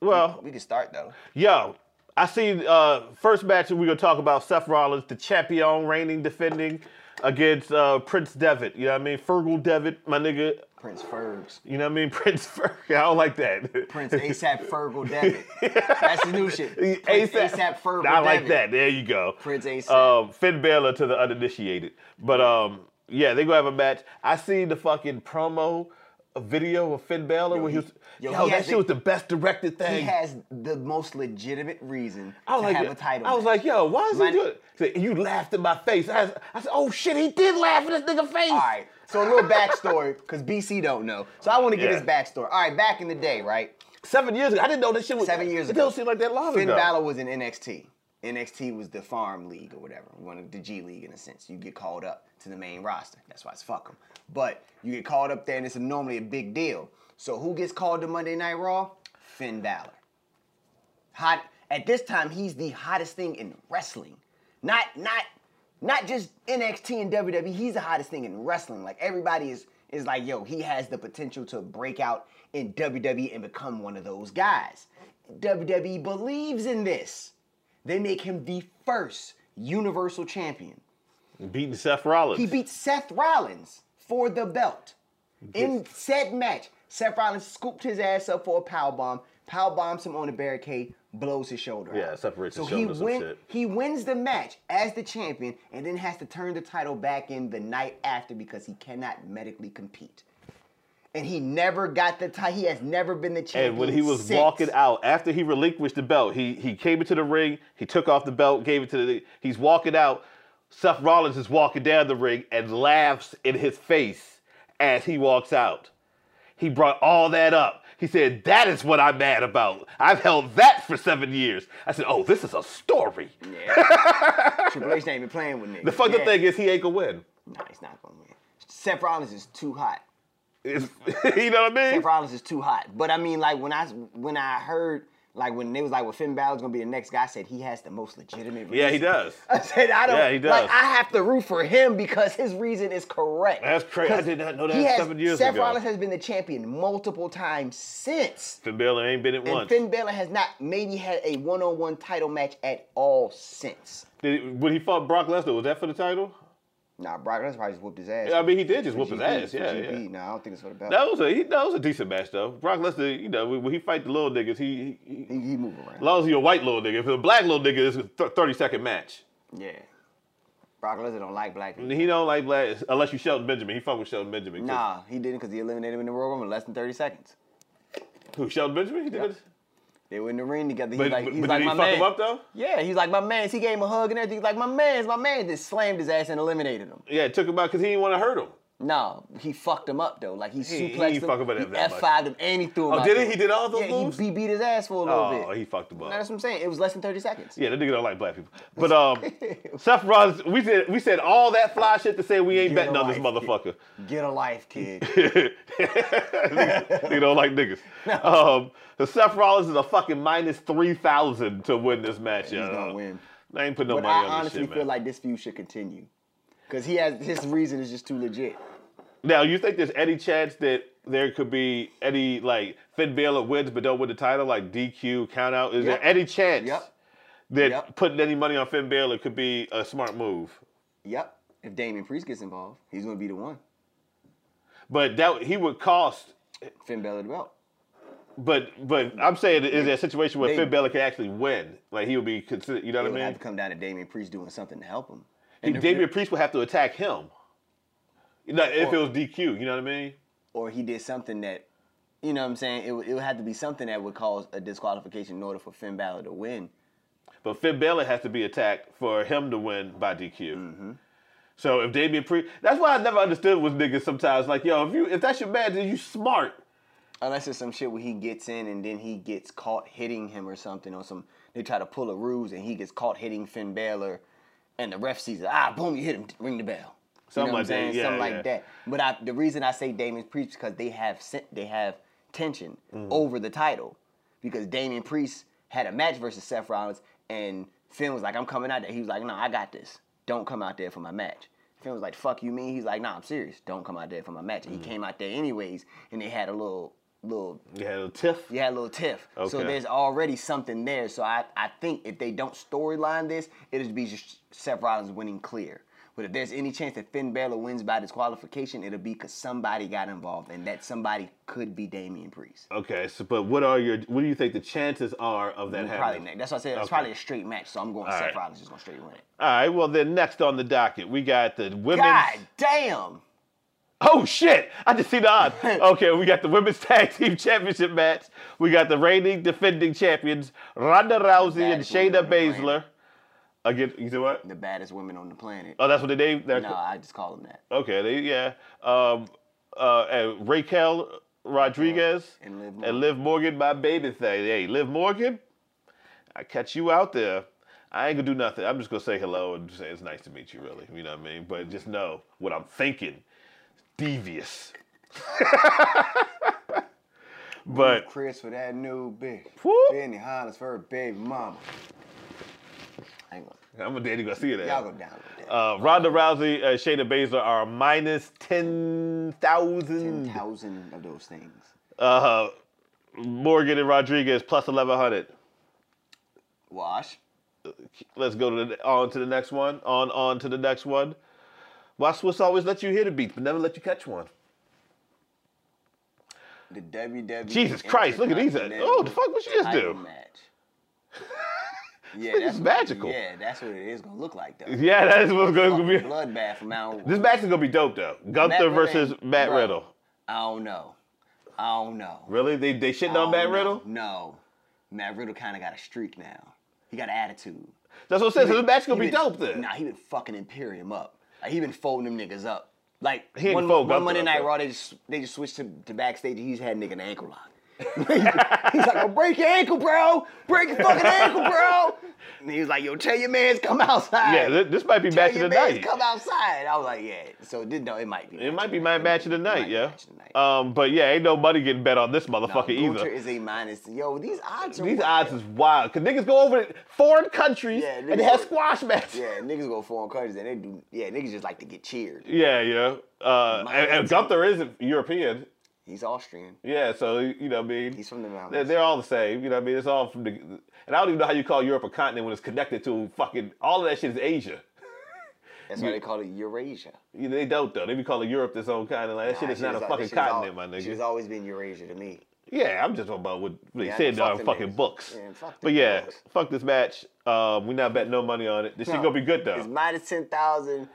Speaker 2: Well,
Speaker 1: We can start though.
Speaker 2: yo, I see. Uh, first match we're gonna talk about Seth Rollins, the champion, reigning, defending against uh, Prince Devitt. You know what I mean? Fergal Devitt, my nigga.
Speaker 1: Prince Fergs.
Speaker 2: You know what I mean? Prince Ferg. I don't like that.
Speaker 1: Prince ASAP Fergal Devitt. That's the new shit. Prince
Speaker 2: ASAP.
Speaker 1: ASAP Fergal
Speaker 2: I like
Speaker 1: Devitt.
Speaker 2: that. There you go.
Speaker 1: Prince ASAP.
Speaker 2: Um, Finn Balor to the uninitiated. But um, yeah, they gonna have a match. I seen the fucking promo video of Finn Balor where he was.
Speaker 1: yo,
Speaker 2: Yo,
Speaker 1: he
Speaker 2: that
Speaker 1: has
Speaker 2: shit
Speaker 1: the-
Speaker 2: was the best directed
Speaker 1: he
Speaker 2: thing.
Speaker 1: has the most legitimate reason
Speaker 2: I was
Speaker 1: to
Speaker 2: like,
Speaker 1: have a title.
Speaker 2: I was
Speaker 1: match.
Speaker 2: like, yo, why is
Speaker 1: My-
Speaker 2: he doing? it? He said, you laughed in my face. I, I said, oh shit, he did laugh in this nigga face.
Speaker 1: all right. So a little backstory, because BC don't know. So I want to get
Speaker 2: Yeah.
Speaker 1: his backstory. All right, back in the day, right?
Speaker 2: Seven years ago, I didn't know this shit was.
Speaker 1: Seven years
Speaker 2: it
Speaker 1: ago.
Speaker 2: don't seem like that long
Speaker 1: Finn
Speaker 2: ago.
Speaker 1: Balor was in NXT. NXT was the farm league or whatever, one of the G League in a sense. You get called up to the main roster. That's why it's fuck 'em. But you get called up there, and it's normally a big deal. So who gets called to Monday Night Raw? Finn Balor. Hot at this time, he's the hottest thing in wrestling. Not not not just NXT and WWE. He's the hottest thing in wrestling. Like everybody is is like, yo, he has the potential to break out in WWE and become one of those guys. WWE believes in this. They make him the first Universal Champion.
Speaker 2: Beating Seth Rollins.
Speaker 1: He beat Seth Rollins for the belt. In said match, Seth Rollins scooped his ass up for a power bomb, power bombs him on the barricade, blows his shoulder.
Speaker 2: Yeah,
Speaker 1: out.
Speaker 2: separates
Speaker 1: so
Speaker 2: his
Speaker 1: he
Speaker 2: shoulder or some
Speaker 1: win-
Speaker 2: shit.
Speaker 1: He wins the match as the champion, and then has to turn the title back in the night after because he cannot medically compete. And he never got the title. He has never been the champion.
Speaker 2: And when he was
Speaker 1: since.
Speaker 2: walking out, after he relinquished the belt, he he came into the ring, he took off the belt, gave it to the he's walking out. Seth Rollins is walking down the ring and laughs in his face as he walks out. He brought all that up. He said, That is what I'm mad about. I've held that for seven years. I said, Oh, this is a story.
Speaker 1: Triple H ain't even playing with niggas.
Speaker 2: The fucking
Speaker 1: Yeah.
Speaker 2: thing is, he ain't gonna win.
Speaker 1: nah, he's not gonna win. Seth Rollins is too hot.
Speaker 2: It's- you know what I mean?
Speaker 1: Seth Rollins is too hot. But I mean, like when I when I heard like when they was like, "Well, Finn Balor's gonna be the next guy," I said he has the most legitimate. Reason.
Speaker 2: Yeah, he does.
Speaker 1: I said I don't.
Speaker 2: Yeah, he does.
Speaker 1: Like I have to root for him because his reason is correct.
Speaker 2: That's crazy. I
Speaker 1: 'Cause
Speaker 2: did not know
Speaker 1: he
Speaker 2: that
Speaker 1: has,
Speaker 2: seven years
Speaker 1: Seth
Speaker 2: ago.
Speaker 1: Rollins has been the champion multiple times since,
Speaker 2: Finn Balor ain't been it
Speaker 1: and
Speaker 2: once.
Speaker 1: Finn Balor has not maybe had a one-on-one title match at all since.
Speaker 2: Did- when he fought Brock Lesnar, was that for the title?
Speaker 1: Nah, Brock Lesnar probably just whooped his ass.
Speaker 2: I mean, he did just
Speaker 1: For
Speaker 2: whoop his
Speaker 1: GP,
Speaker 2: ass.
Speaker 1: for
Speaker 2: Yeah,
Speaker 1: GP.
Speaker 2: yeah.
Speaker 1: Nah, I don't think it's for the belt.
Speaker 2: That was a he, that was a decent match though. Brock Lesnar, you know, when when he fight the little niggas, he, he, he
Speaker 1: He, he move around.
Speaker 2: as long as he a white little nigga. If it's a black little nigga, it's a th- thirty second match.
Speaker 1: yeah. Brock Lesnar don't like black people.
Speaker 2: And He don't like black unless you Shelton Benjamin. He fuck with Shelton Benjamin. too.
Speaker 1: Nah, he didn't because he eliminated him in the Royal Rumble in less than 30 seconds.
Speaker 2: Who Shelton Benjamin? He did it.
Speaker 1: They were in the ring together. He's
Speaker 2: But,
Speaker 1: like,
Speaker 2: but,
Speaker 1: he's
Speaker 2: but
Speaker 1: like
Speaker 2: did
Speaker 1: my
Speaker 2: he fuck
Speaker 1: man.
Speaker 2: him up though?
Speaker 1: Yeah, he's like my man. He gave him a hug and everything. He's like my man's my man. Just slammed his ass and eliminated him.
Speaker 2: Yeah, it took him out because he didn't want to hurt him.
Speaker 1: No, he fucked him up though. Like he,
Speaker 2: He- he
Speaker 1: suplexed
Speaker 2: ain't
Speaker 1: him.
Speaker 2: fucking with
Speaker 1: he
Speaker 2: him that much.
Speaker 1: F5'd him and he threw him.
Speaker 2: Oh,
Speaker 1: out
Speaker 2: did he?
Speaker 1: there.
Speaker 2: He did all those
Speaker 1: yeah,
Speaker 2: moves?
Speaker 1: he be- beat his ass for a little
Speaker 2: Oh,
Speaker 1: bit.
Speaker 2: he fucked him up.
Speaker 1: No, that's what I'm saying. It was less than 30 seconds.
Speaker 2: yeah, that nigga don't like black people. But um, Seth Rollins, we said we said all that fly shit to say we ain't
Speaker 1: Get
Speaker 2: betting on this
Speaker 1: a life.
Speaker 2: motherfucker.
Speaker 1: Get a life, kid.
Speaker 2: niggas, they don't like niggas. Um, so Seth Rollins is a fucking minus three thousand to win this match. He's
Speaker 1: gonna win.
Speaker 2: I ain't putting no
Speaker 1: but I
Speaker 2: money Oh, on this
Speaker 1: honestly
Speaker 2: shit,
Speaker 1: feel
Speaker 2: man.
Speaker 1: like this feud should continue because he has his reason is just too legit.
Speaker 2: now, you think there's any chance that there could be any like Finn Balor wins but don't win the title, like DQ count out? Is
Speaker 1: Yep.
Speaker 2: there any chance
Speaker 1: Yep.
Speaker 2: that
Speaker 1: Yep.
Speaker 2: putting any money on Finn Balor could be a smart move?
Speaker 1: Yep. If Damian Priest gets involved, he's gonna be the one.
Speaker 2: But that he would cost.
Speaker 1: Finn Balor the belt.
Speaker 2: But but I'm saying is there a situation where
Speaker 1: They-
Speaker 2: Finn Balor could actually win? Like he would be considered. You know
Speaker 1: It
Speaker 2: what I
Speaker 1: would
Speaker 2: mean?
Speaker 1: have to come down to Damian Priest doing something to help him.
Speaker 2: He,
Speaker 1: And if-
Speaker 2: Damian Priest would have to attack him. You know, if it was DQ, you know what I mean?
Speaker 1: or he did something that, you know what I'm saying? It would, it would have to be something that would cause a disqualification in order for Finn Balor to win.
Speaker 2: But Finn Balor has to be attacked for him to win by DQ. Mm-hmm. So if Damian Priest, that's why I never understood with niggas sometimes. Like, yo, if you if that's your man, then you smart.
Speaker 1: Unless it's some shit where he gets in and then he gets caught hitting him or something, or some they try to pull a ruse and he gets caught hitting Finn Balor, and the ref sees it. Ah, boom! You hit him. Ring the bell. You
Speaker 2: Something
Speaker 1: know what I'm
Speaker 2: like that,
Speaker 1: saying?
Speaker 2: yeah,
Speaker 1: Something
Speaker 2: yeah.
Speaker 1: like that. But I, the reason I say Damien Priest because they have sent, they have tension over the title because Damien Priest had a match versus Seth Rollins and Finn was like, I'm coming out there. He was like, No, I got this. Don't come out there for my match. Finn was like, Fuck you mean? He's like, Nah, I'm serious. Don't come out there for my match. And he came out there anyways, and they had a little little
Speaker 2: You had a tiff.
Speaker 1: you had a little tiff. So
Speaker 2: Okay.
Speaker 1: there's already something there. So I, I think if they don't storyline this, it'll be just Seth Rollins winning clear. But if there's any chance that Finn Balor wins by disqualification, it'll be because somebody got involved, and that somebody could be Damian Priest.
Speaker 2: Okay, so but what are your what do you think the chances are of that
Speaker 1: Probably
Speaker 2: happening?
Speaker 1: next. That's what I said. It's
Speaker 2: Okay.
Speaker 1: probably a straight match. So I'm going Seth
Speaker 2: right.
Speaker 1: Rollins is going to straight win it.
Speaker 2: All right, well then next on the docket we got the women's.
Speaker 1: God damn.
Speaker 2: Oh shit! I just see the odds. Okay, we got the women's tag team championship match. We got the reigning defending champions Ronda Rousey
Speaker 1: Baddest
Speaker 2: and
Speaker 1: woman on
Speaker 2: Shayna
Speaker 1: the planet.
Speaker 2: Baszler. Again, you say what?
Speaker 1: The baddest women on the planet.
Speaker 2: Oh, that's what the name. That's,
Speaker 1: no, I just call them that.
Speaker 2: Okay, they, yeah. Um, uh, and Raquel Rodriguez
Speaker 1: And Liv
Speaker 2: and Liv Morgan, my baby thing. Hey, Liv Morgan, I catch you out there. I ain't gonna do nothing. I'm just gonna say hello and just say it's nice to meet you, really. You know what I mean? But just know what I'm thinking. Devious. but
Speaker 1: Chris for that new bitch.
Speaker 2: Whoop.
Speaker 1: Benny Hollis for her baby mama. Hang on.
Speaker 2: I'm gonna Danny Garcia there.
Speaker 1: Y'all go download that.
Speaker 2: Uh, Ronda Rousey and Shayna Baszler are minus ten thousand.
Speaker 1: 10,000 of those things.
Speaker 2: Uh, Morgan and Rodriguez plus eleven hundred.
Speaker 1: Wash.
Speaker 2: Let's go to the, on to the next one. On on to the next one. Why Swiss always let you hear the beats, but never let you catch one.
Speaker 1: The WWE.
Speaker 2: Jesus Christ! Look at these.
Speaker 1: Intercontinental
Speaker 2: Oh, the fuck! What you just
Speaker 1: title
Speaker 2: do?
Speaker 1: Match. Yeah,
Speaker 2: This
Speaker 1: that's
Speaker 2: is
Speaker 1: what-
Speaker 2: magical.
Speaker 1: Yeah, that's what it is gonna look like though.
Speaker 2: Yeah, that is what's going to
Speaker 1: Fucking
Speaker 2: be.
Speaker 1: bloodbath from now.
Speaker 2: This match is going to be dope though. Gunther
Speaker 1: Riddle
Speaker 2: versus
Speaker 1: ain't-
Speaker 2: Matt
Speaker 1: bro.
Speaker 2: Riddle.
Speaker 1: I don't know. I don't know.
Speaker 2: Really? They they
Speaker 1: I
Speaker 2: shitting on
Speaker 1: don't
Speaker 2: Matt
Speaker 1: know.
Speaker 2: Riddle?
Speaker 1: Oh, No, Matt Riddle kind of got a streak now. He got an attitude.
Speaker 2: That's what I'm saying. So
Speaker 1: been-
Speaker 2: the match gonna
Speaker 1: he
Speaker 2: be
Speaker 1: been-
Speaker 2: dope then.
Speaker 1: Nah, he been fucking Imperium up. Like he been folding them niggas up. Like
Speaker 2: He ain't
Speaker 1: one,
Speaker 2: fold
Speaker 1: one
Speaker 2: Gunther
Speaker 1: Monday
Speaker 2: up,
Speaker 1: night
Speaker 2: though.
Speaker 1: Raw, they just they just switched to, to backstage. and He's had a nigga an ankle lock. he's like, oh, break your ankle, bro. Break your fucking ankle, bro. And he was like, yo, tell your man's come outside.
Speaker 2: Yeah, thi- this might be
Speaker 1: tell
Speaker 2: match of
Speaker 1: your
Speaker 2: the
Speaker 1: man's
Speaker 2: night.
Speaker 1: come outside. I was like, yeah. So did no, it might be.
Speaker 2: It might be my match of the night,
Speaker 1: be
Speaker 2: yeah.
Speaker 1: match of the night.
Speaker 2: Um, but yeah, ain't no money getting bet on this motherfucker
Speaker 1: Gunther
Speaker 2: either.
Speaker 1: is a minus. Yo, these odds are
Speaker 2: These
Speaker 1: wild.
Speaker 2: odds is wild. Cause niggas go over to foreign countries
Speaker 1: Yeah,
Speaker 2: and
Speaker 1: niggas
Speaker 2: they have
Speaker 1: go-
Speaker 2: squash matches.
Speaker 1: Yeah, niggas go foreign countries and they do. Yeah, niggas just like to get cheered.
Speaker 2: Yeah, yeah. Uh,
Speaker 1: Mine
Speaker 2: and, and
Speaker 1: too.
Speaker 2: Gunther is European.
Speaker 1: He's Austrian.
Speaker 2: Yeah, so you know, what I mean,
Speaker 1: He's from the mountains.
Speaker 2: they're, they're all the same. You know, what I mean, it's all from the. And I don't even know how you call Europe a continent when it's connected to fucking all of that shit is Asia.
Speaker 1: That's why they call it Eurasia.
Speaker 2: You know, they don't though. They be calling Europe its own continent. Like, that shit is not a fucking continent, my nigga.
Speaker 1: She's always been Eurasia to me.
Speaker 2: Yeah, I'm just talking about what they
Speaker 1: Yeah,
Speaker 2: said in
Speaker 1: fuck
Speaker 2: our
Speaker 1: them
Speaker 2: fucking
Speaker 1: niggas.
Speaker 2: books.
Speaker 1: Yeah, fuck
Speaker 2: but
Speaker 1: them
Speaker 2: yeah,
Speaker 1: books.
Speaker 2: fuck this match. Um, we not betting no money on it. This shit gonna be good though.
Speaker 1: It's minus ten thousand.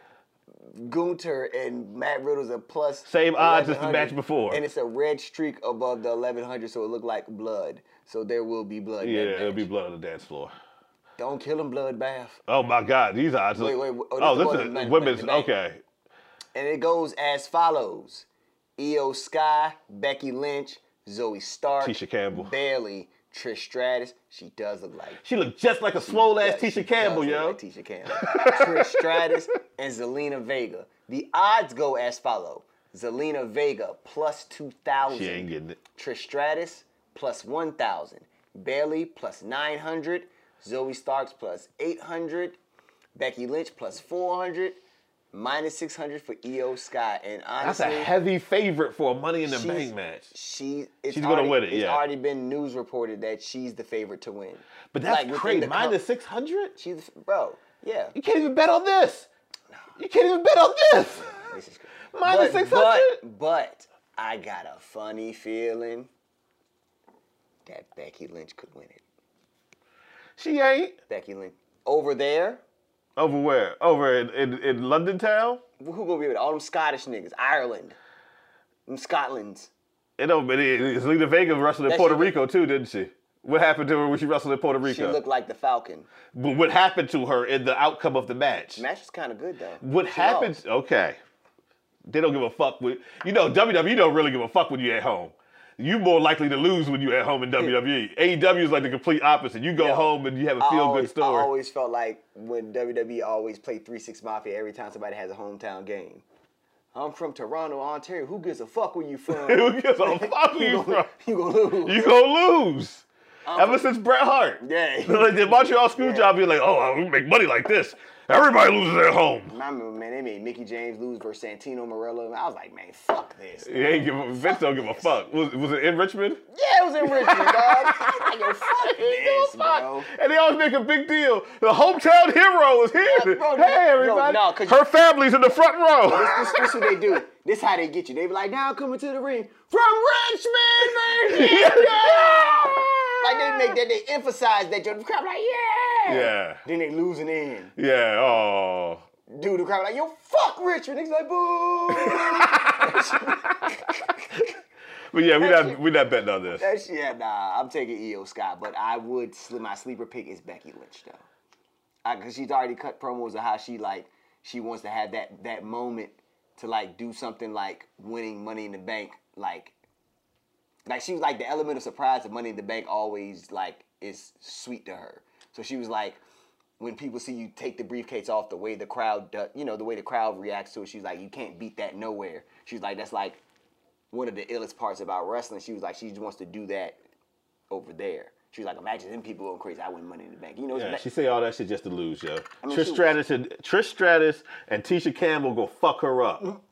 Speaker 1: Gunter and Matt Riddle's a plus.
Speaker 2: Same odds as the
Speaker 1: 1100,
Speaker 2: match before.
Speaker 1: and it's a red streak above the eleven hundred, so it looked like blood. So there will be blood. in
Speaker 2: yeah,
Speaker 1: that
Speaker 2: it'll
Speaker 1: match.
Speaker 2: be blood on the dance floor.
Speaker 1: Don't kill him, bloodbath.
Speaker 2: Oh my god, these odds.
Speaker 1: Wait, wait,
Speaker 2: oh,
Speaker 1: wait.
Speaker 2: oh
Speaker 1: Oh, this
Speaker 2: this
Speaker 1: is
Speaker 2: is
Speaker 1: the men-
Speaker 2: women's.
Speaker 1: the men.
Speaker 2: Okay,
Speaker 1: And it goes as follows: Io Sky, Becky Lynch, Zoe Stark,
Speaker 2: Tisha Campbell.
Speaker 1: Bailey, Trish Stratus. She does look like
Speaker 2: she looked just like a swole ass
Speaker 1: Yeah, she
Speaker 2: Tisha Campbell,
Speaker 1: does
Speaker 2: yo.
Speaker 1: look Like Tisha Campbell. Trish Stratus and Zelina Vega. The odds go as follow. Zelina Vega plus
Speaker 2: she ain't
Speaker 1: 2,000.
Speaker 2: getting it.
Speaker 1: Trish Stratus plus 1,000. Bailey plus 900. Zoe Starks plus 800. Becky Lynch plus 400. Minus 600 for EO Sky. And
Speaker 2: That's
Speaker 1: honestly,
Speaker 2: a heavy favorite for a Money in the
Speaker 1: she's-
Speaker 2: Bank match.
Speaker 1: She, it's
Speaker 2: She's gonna
Speaker 1: already-
Speaker 2: win it,
Speaker 1: It's
Speaker 2: yeah.
Speaker 1: already been news reported that she's the favorite to win.
Speaker 2: But that's
Speaker 1: like, within
Speaker 2: crazy.
Speaker 1: the com-
Speaker 2: Minus six hundred.
Speaker 1: She's, the f- bro, yeah.
Speaker 2: You can't even bet on this. You can't even bet on this.
Speaker 1: This is crazy.
Speaker 2: Minus
Speaker 1: But-
Speaker 2: six hundred.
Speaker 1: But, but I got a funny feeling that Becky Lynch could win it.
Speaker 2: She ain't
Speaker 1: Becky Lynch over there.
Speaker 2: over where over in in, in London town.
Speaker 1: Who gonna be with all them Scottish niggas? Ireland, them Scotland's.
Speaker 2: It don't, but it, it's Lena Vega wrestled in
Speaker 1: That
Speaker 2: Puerto
Speaker 1: she look-
Speaker 2: Rico too, didn't she? What happened to her when she wrestled in Puerto
Speaker 1: She
Speaker 2: Rico?
Speaker 1: looked like the Falcon.
Speaker 2: But what happened to her in the outcome of the match?
Speaker 1: Match was kind of good though.
Speaker 2: what
Speaker 1: She
Speaker 2: happens?
Speaker 1: lost.
Speaker 2: Okay, they don't give a fuck with you know WWE. Don't really give a fuck when you at home. You more likely to lose when you at home in E. WWE. AEW is like the complete opposite. You go
Speaker 1: Yo,
Speaker 2: home and you have a
Speaker 1: I
Speaker 2: feel
Speaker 1: always-
Speaker 2: good story.
Speaker 1: I always felt like when WWE always played Three Six Mafia every time somebody has a hometown game. I'm from Toronto, Ontario. Who gives a fuck where you from?
Speaker 2: Who gives a fuck where you
Speaker 1: gonna-
Speaker 2: from?
Speaker 1: You gonna lose.
Speaker 2: You gonna lose. Ever since Bret Hart.
Speaker 1: Yeah.
Speaker 2: like the Montreal screw job, you're like, oh, we make money like this. Everybody loses at home.
Speaker 1: I remember, man, they made Mickey James lose versus Santino Morella. I was like, man, fuck this.
Speaker 2: He ain't give a, Vince don't give a fuck. Was, was it in Richmond?
Speaker 1: Yeah, it was in Richmond, dog. I was like, yo, fuck this,
Speaker 2: Fuck.
Speaker 1: bro.
Speaker 2: And they always make a big deal. The hometown hero is
Speaker 1: Yeah,
Speaker 2: here.
Speaker 1: bro,
Speaker 2: hey,
Speaker 1: no,
Speaker 2: everybody.
Speaker 1: no, 'cause-
Speaker 2: Her family's in the front row.
Speaker 1: This, this, this what they do. This how they get you. They be like, now coming to the ring from Richmond, Virginia. like they make that, they emphasize that yo, the crowd like, yeah.
Speaker 2: Yeah.
Speaker 1: Then they losing in.
Speaker 2: Yeah. Oh.
Speaker 1: Dude, the crowd like, yo, fuck Richmond. Niggas like, boo.
Speaker 2: But yeah, we not we not betting on this.
Speaker 1: That shit, yeah, nah, I'm taking EO Scott, but I would slip my sleeper pick is Becky Lynch though, I, cause she's already cut promos of how she like she wants to have that that moment to like do something like winning Money in the Bank, like like she was like the element of surprise of Money in the Bank always like is sweet to her. So she was like. When people see you take the briefcase off, the way the crowd, do, you know, the way the crowd reacts to it, she's like, you can't beat that nowhere. She's like, that's like one of the illest parts about wrestling. She was like, she just wants to do that over there. She was like, imagine them people going crazy. I win Money in the Bank. You know, it's
Speaker 2: Yeah,
Speaker 1: ba-
Speaker 2: she say all that shit just to lose, yo.
Speaker 1: mean,
Speaker 2: Trish
Speaker 1: she-
Speaker 2: Stratus and Trish Stratus and Tisha Campbell go fuck her up.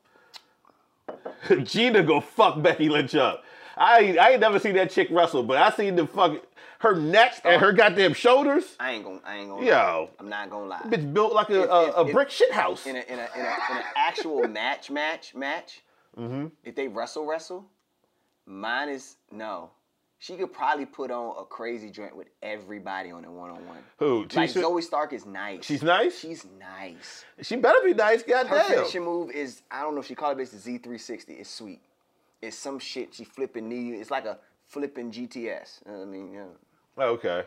Speaker 2: Gina go fuck Becky Lynch up. I I ain't never seen that chick wrestle, but I seen the fuck her neck and her goddamn shoulders.
Speaker 1: I ain't gonna, I ain't gonna. lie.
Speaker 2: Yo,
Speaker 1: I'm not gonna lie.
Speaker 2: bitch built like a,
Speaker 1: If-
Speaker 2: a,
Speaker 1: if-
Speaker 2: a
Speaker 1: if-
Speaker 2: brick shit house.
Speaker 1: In a in a in a in an actual match, match, match.
Speaker 2: Mm-hmm.
Speaker 1: If they wrestle, wrestle, mine is no. She could probably put on a crazy joint with everybody on a one on one.
Speaker 2: Who?
Speaker 1: Like
Speaker 2: Tisha?
Speaker 1: Zoe Stark is nice.
Speaker 2: She's nice. She,
Speaker 1: She's nice.
Speaker 2: better be nice.
Speaker 1: Her
Speaker 2: Goddamn.
Speaker 1: finishing move is I don't know if she called it, but it's the Z three sixty. It's sweet. It's some shit. She flipping knee. It's like a flipping GTS. I mean, yeah.
Speaker 2: Okay.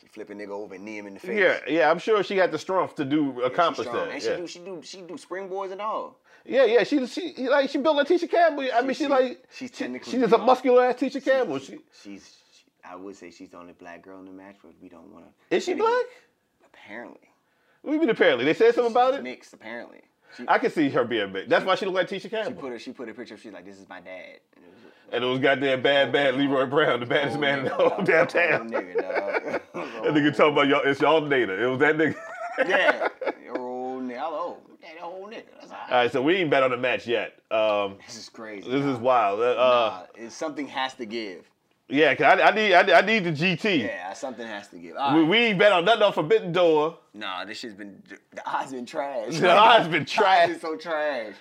Speaker 1: she flipping nigga over and knee him in the face.
Speaker 2: Yeah, yeah. I'm sure she got the strength to do
Speaker 1: She
Speaker 2: accomplish
Speaker 1: strong.
Speaker 2: that.
Speaker 1: And
Speaker 2: Yeah.
Speaker 1: she do she do she do springboards and all.
Speaker 2: Yeah, yeah. She she he, like she built like Tisha Campbell. I mean, she,
Speaker 1: she-
Speaker 2: like
Speaker 1: she's
Speaker 2: she,
Speaker 1: technically
Speaker 2: she's just a
Speaker 1: built.
Speaker 2: muscular ass Tisha Campbell. She,
Speaker 1: She's she, I would say she's the only black girl in the match, but we don't want to.
Speaker 2: is she black?
Speaker 1: Apparently.
Speaker 2: We mean apparently they said something about
Speaker 1: She's
Speaker 2: it.
Speaker 1: Mixed apparently. She,
Speaker 2: I can see her being big. That's why she looked like Tisha
Speaker 1: she put
Speaker 2: Campbell.
Speaker 1: her she put a picture. She's like, this is my dad. And it was a-
Speaker 2: And it was goddamn bad, bad Leroy Brown, the baddest
Speaker 1: old
Speaker 2: man in
Speaker 1: Oh,
Speaker 2: the
Speaker 1: nigga,
Speaker 2: whole
Speaker 1: dog.
Speaker 2: damn
Speaker 1: Old
Speaker 2: town.
Speaker 1: Nigga, dog.
Speaker 2: That nigga talking about y'all. It's y'all Nada. It was that nigga.
Speaker 1: Yeah. Your old nigga. I'm old. That old nigga. That's all
Speaker 2: All
Speaker 1: right.
Speaker 2: right, so we ain't bet on the match yet. Um,
Speaker 1: This is crazy.
Speaker 2: this is
Speaker 1: dog.
Speaker 2: wild. Uh, Uh,
Speaker 1: Nah, it's- something has to give.
Speaker 2: yeah, cause I, I need, I, need- I need the GT.
Speaker 1: Yeah, something has to give. All
Speaker 2: We,
Speaker 1: right.
Speaker 2: we ain't bet on nothing on Forbidden Door.
Speaker 1: Nah, this shit's been the odds been trash.
Speaker 2: The odds been
Speaker 1: Trash
Speaker 2: trash.
Speaker 1: is so trash.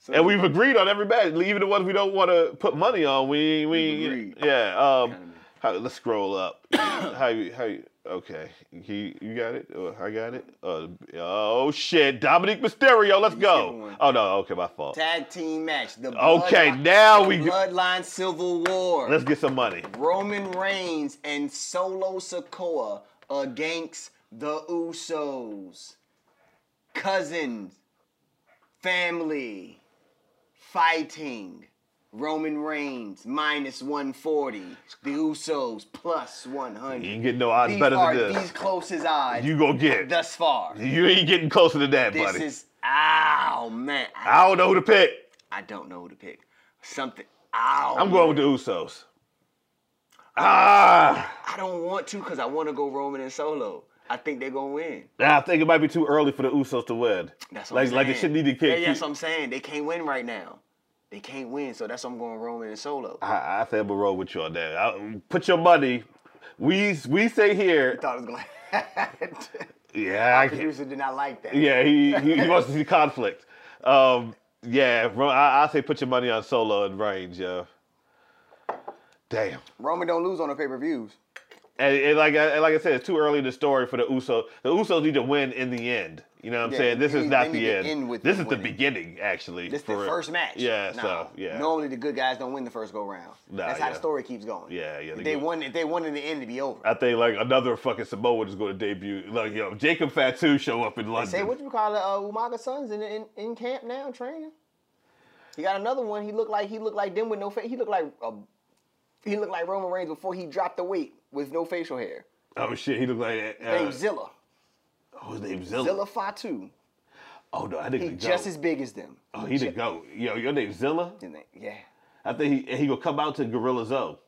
Speaker 1: So
Speaker 2: And we've agreed on every match, even the ones we don't want to put money on. We we
Speaker 1: Agreed.
Speaker 2: yeah. Um, how, let's scroll up. how you how you? Okay, he you got it. Or I got it. Uh, oh shit, Dominic Mysterio, let's
Speaker 1: skipped
Speaker 2: go.
Speaker 1: one.
Speaker 2: Oh no, okay, my fault.
Speaker 1: tag team match. The
Speaker 2: Okay,
Speaker 1: bloodline-
Speaker 2: now
Speaker 1: the
Speaker 2: we go-
Speaker 1: bloodline civil war.
Speaker 2: Let's get some money.
Speaker 1: Roman Reigns and Solo Sokoa against the Usos. Cousins, family, fighting. Roman Reigns minus 140. The Usos plus 100.
Speaker 2: You ain't getting no odds
Speaker 1: these
Speaker 2: better
Speaker 1: are
Speaker 2: than
Speaker 1: these
Speaker 2: this.
Speaker 1: closest odds
Speaker 2: You gonna get.
Speaker 1: thus far.
Speaker 2: You ain't getting closer to that,
Speaker 1: This
Speaker 2: buddy.
Speaker 1: is ow man. I,
Speaker 2: I don't know who to pick.
Speaker 1: I don't know who to pick. Something ow.
Speaker 2: I'm going with the Usos. Ah.
Speaker 1: I don't want to because I want to go Roman and Solo. I think they're gonna win.
Speaker 2: Nah, I think it might be too early for the Usos to win.
Speaker 1: That's what
Speaker 2: like
Speaker 1: I'm saying.
Speaker 2: like it should need to
Speaker 1: Yeah,
Speaker 2: kick.
Speaker 1: yeah, that's what I'm saying. They can't win right now. They can't win, so that's why I'm going Roman and Solo. I
Speaker 2: I, I said we'll roll with you on that. I, put your money. We we say here.
Speaker 1: thought it was gonna happen.
Speaker 2: Yeah, I can,
Speaker 1: Producer did not like that.
Speaker 2: yeah. He, he he wants to see conflict. Um, yeah, Ro- I, I say put your money on Solo and Reigns, yo. Damn.
Speaker 1: Roman don't lose on the pay-per-views.
Speaker 2: And, and like I, and like I said, it's too early in the story for the Usos. The Usos need to win in the end. You know what I'm
Speaker 1: Yeah,
Speaker 2: saying? This
Speaker 1: they
Speaker 2: is
Speaker 1: need-
Speaker 2: not
Speaker 1: they need
Speaker 2: the
Speaker 1: to
Speaker 2: end.
Speaker 1: end with
Speaker 2: this
Speaker 1: them
Speaker 2: is the
Speaker 1: winning.
Speaker 2: beginning, actually.
Speaker 1: This is the
Speaker 2: for-
Speaker 1: first match.
Speaker 2: Yeah.
Speaker 1: Nah.
Speaker 2: So yeah.
Speaker 1: Normally the good guys don't win the first go round.
Speaker 2: Nah,
Speaker 1: that's how
Speaker 2: yeah.
Speaker 1: the story keeps going.
Speaker 2: Yeah, yeah, they
Speaker 1: If they
Speaker 2: go-
Speaker 1: won. If they won in the end, to be over.
Speaker 2: I think like another fucking Samoan is going to debut. Like yo, Jacob Fatu show up in London.
Speaker 1: Say what you call it, uh, Umaga Sons in, in in camp now training. He got another one. He looked like he looked like them with no face. He looked like uh, he looked like Roman Reigns before he dropped the weight with no facial hair.
Speaker 2: Oh shit, he looked like that. Uh,
Speaker 1: Named Zilla,
Speaker 2: oh, his name's Zilla.
Speaker 1: Zilla Fatu.
Speaker 2: Oh no, I think
Speaker 1: He
Speaker 2: the
Speaker 1: just
Speaker 2: just
Speaker 1: as big as them.
Speaker 2: Oh, he the goat. Yo, your name's Zilla.
Speaker 1: And they- Yeah,
Speaker 2: I think he he gonna come out to Gorilla Zoe.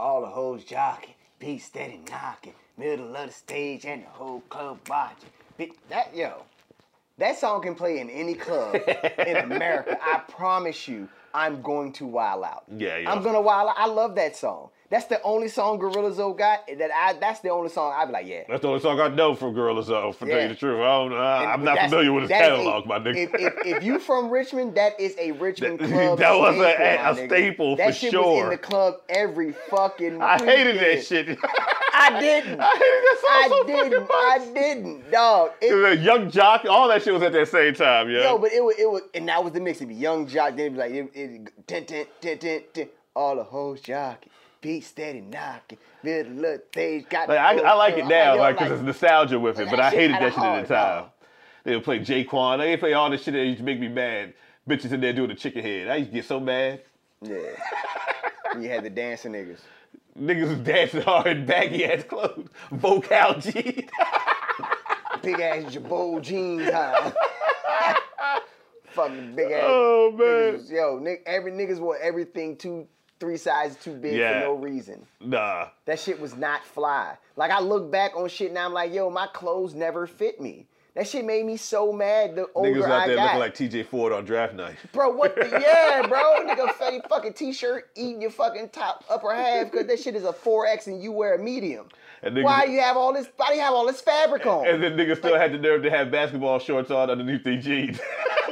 Speaker 1: All the hoes jocking, beat steady knocking, middle of the stage and the whole club watching. Bi- That yo, that song can play in any club in America. I promise you, I'm going to wild out.
Speaker 2: Yeah, yeah.
Speaker 1: I'm gonna wild out. I love that song. That's the only song Gorilla Zoe got that I. That's the only song I'd be like, yeah.
Speaker 2: That's the only song I know from Gorilla Zone. For tell
Speaker 1: Yeah.
Speaker 2: you the truth, I don't, know. I- I'm
Speaker 1: And
Speaker 2: not
Speaker 1: that's-
Speaker 2: familiar with his
Speaker 1: that is a-
Speaker 2: catalog, my nigga.
Speaker 1: If, if, if you from Richmond, that is a Richmond
Speaker 2: That-
Speaker 1: club.
Speaker 2: that was a-
Speaker 1: staple,
Speaker 2: a-
Speaker 1: my
Speaker 2: a
Speaker 1: nigga.
Speaker 2: staple
Speaker 1: that
Speaker 2: for
Speaker 1: shit Was
Speaker 2: sure.
Speaker 1: in the club every fucking.
Speaker 2: I hated
Speaker 1: weekend.
Speaker 2: that shit.
Speaker 1: I didn't.
Speaker 2: I hated that song
Speaker 1: I
Speaker 2: so fucking
Speaker 1: didn't.
Speaker 2: much.
Speaker 1: I didn't, dog. It,
Speaker 2: The young jock, all that shit was at that same time, yeah.
Speaker 1: Yo, but it was it was, and that was the mix. It'd be young jock, then it'd be like it, it, ten, ten, ten, ten, ten, all the hoes jockey, beat steady knocking, middle of the stage got.
Speaker 2: like, I,
Speaker 1: the
Speaker 2: I like
Speaker 1: whole
Speaker 2: it
Speaker 1: club.
Speaker 2: now,
Speaker 1: yo,
Speaker 2: like, because it's nostalgia with it,
Speaker 1: that
Speaker 2: but I
Speaker 1: shit
Speaker 2: hated
Speaker 1: kinda
Speaker 2: that shit at the
Speaker 1: hard,
Speaker 2: time. They would play Jaquan. They would play all this shit that used to make me mad. Bitches in there doing the chicken head. I used to get so mad.
Speaker 1: yeah. You had the dancing niggas.
Speaker 2: Niggas was dancing hard in baggy ass clothes. Vocal G.
Speaker 1: big ass Jabot jeans huh? Fucking big ass.
Speaker 2: Oh,
Speaker 1: niggas
Speaker 2: man.
Speaker 1: was- Yo, nigg- every niggas wore everything too, three sizes too big
Speaker 2: Yeah.
Speaker 1: for no reason.
Speaker 2: nah.
Speaker 1: That shit was not fly. Like I look back on shit now, I'm like, yo, my clothes never fit me. That shit made me so mad. The older
Speaker 2: Niggas
Speaker 1: I
Speaker 2: out there
Speaker 1: got,
Speaker 2: looking like TJ Ford on draft night.
Speaker 1: bro, what the yeah, bro, nigga, fatty fucking t-shirt, eating your fucking top upper half because that shit is a four X and you wear a medium.
Speaker 2: And niggas,
Speaker 1: Why you have all this? Why do you have all this fabric on?
Speaker 2: And then niggas still had the nerve to have basketball shorts on underneath their jeans.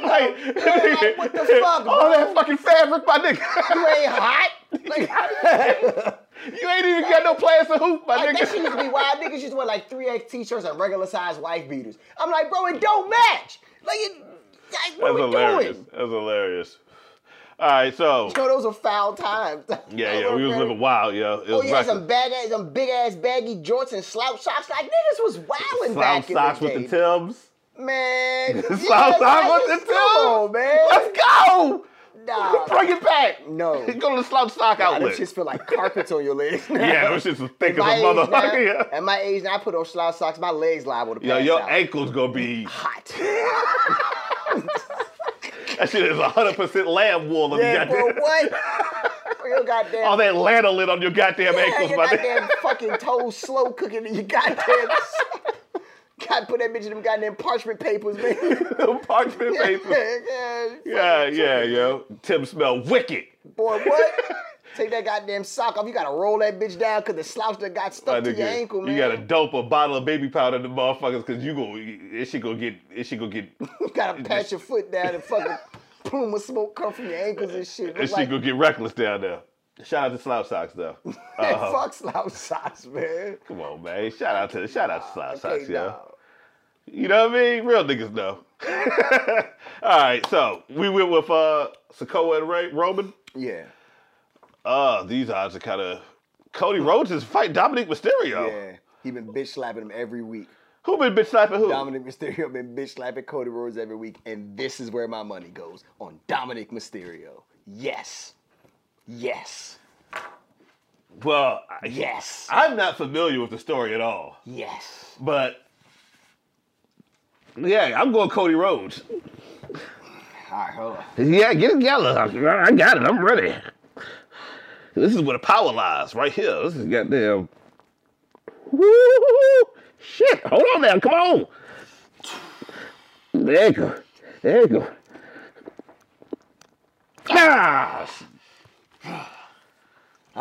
Speaker 2: like,
Speaker 1: like, what the fuck,
Speaker 2: All
Speaker 1: bro?
Speaker 2: that fucking fabric, my nigga.
Speaker 1: you ain't hot. Like,
Speaker 2: you ain't even got no plans to hoop, my
Speaker 1: Like, that shit
Speaker 2: nigga.
Speaker 1: used to be wild. Niggas used to wear like 3X t shirts and regular size wife beaters. I'm like, bro, it don't match. Like, it, like what
Speaker 2: That's
Speaker 1: we
Speaker 2: hilarious.
Speaker 1: doing?
Speaker 2: That's hilarious. All right, so
Speaker 1: Yo, those are foul times.
Speaker 2: yeah, yeah, we was living wild, yo. It
Speaker 1: Oh
Speaker 2: was
Speaker 1: yeah,
Speaker 2: reckless.
Speaker 1: some bad ass, some big ass baggy jorts and slouch socks. Like niggas was wilding back
Speaker 2: Slouch socks
Speaker 1: in the day.
Speaker 2: with the Timbs.
Speaker 1: man.
Speaker 2: Slouch
Speaker 1: yeah,
Speaker 2: socks
Speaker 1: like,
Speaker 2: with the
Speaker 1: come on,
Speaker 2: Timbs.
Speaker 1: man.
Speaker 2: Let's go.
Speaker 1: Nah,
Speaker 2: Bring it back.
Speaker 1: No.
Speaker 2: Go to the slouch sock
Speaker 1: nah, them
Speaker 2: outlet.
Speaker 1: shits feel like carpets on your legs. now.
Speaker 2: yeah, those shits was thick as a
Speaker 1: my age
Speaker 2: motherfucker.
Speaker 1: now-
Speaker 2: Yeah.
Speaker 1: At my age now, I put on slouch socks. My legs liable to pass
Speaker 2: Yo, your
Speaker 1: out.
Speaker 2: ankle's gonna be
Speaker 1: hot.
Speaker 2: that shit is hundred percent lamb wool on
Speaker 1: Yeah,
Speaker 2: the goddamn.
Speaker 1: bro, what? For your goddamn
Speaker 2: All that lanolin on your goddamn ankles,
Speaker 1: Yeah, your
Speaker 2: my nigga.
Speaker 1: goddamn fucking toes slow cooking in your goddamn. God, put that bitch in them goddamn parchment papers, man.
Speaker 2: Them parchment paper.
Speaker 1: yeah,
Speaker 2: Yeah, yeah, yo. Tim smell wicked.
Speaker 1: Boy, what? Take that goddamn sock off. You gotta roll that bitch down because the slouch that got
Speaker 2: My
Speaker 1: stuck to
Speaker 2: nigga,
Speaker 1: your ankle, man.
Speaker 2: You gotta dope a bottle of baby powder in the motherfuckers cause you going it shit gonna get it shit gonna get
Speaker 1: You gotta pat your foot down and fucking plume of smoke come from your ankles and shit.
Speaker 2: it
Speaker 1: Look
Speaker 2: shit
Speaker 1: like,
Speaker 2: gonna get reckless down there. Shout out to Slouch Socks though. Uh,
Speaker 1: fuck slouch socks, man.
Speaker 2: come on, man. Shout out to shout out to Slouch
Speaker 1: Okay,
Speaker 2: Socks, yo.
Speaker 1: dawg.
Speaker 2: You know what I mean? Real niggas know. All right, so we went with uh Sokoa and Ray, Roman.
Speaker 1: Yeah.
Speaker 2: Uh, these odds are kind of. Cody Rhodes is fighting Dominic Mysterio.
Speaker 1: Yeah. He been bitch slapping him every week.
Speaker 2: Who been bitch slapping who?
Speaker 1: Dominic Mysterio been bitch slapping Cody Rhodes every week, and this is where my money goes on Dominic Mysterio. Yes, yes,
Speaker 2: Well, I,
Speaker 1: yes,
Speaker 2: I'm not familiar with the story at all,
Speaker 1: yes.
Speaker 2: but yeah, I'm going Cody Rhodes.
Speaker 1: All right, hold on.
Speaker 2: Yeah, get it together. I got it. I'm ready. This is where the power lies, right here. This is goddamn. Woo! Shit! Hold on now. Come on. There you go. There you go. Ah!
Speaker 1: All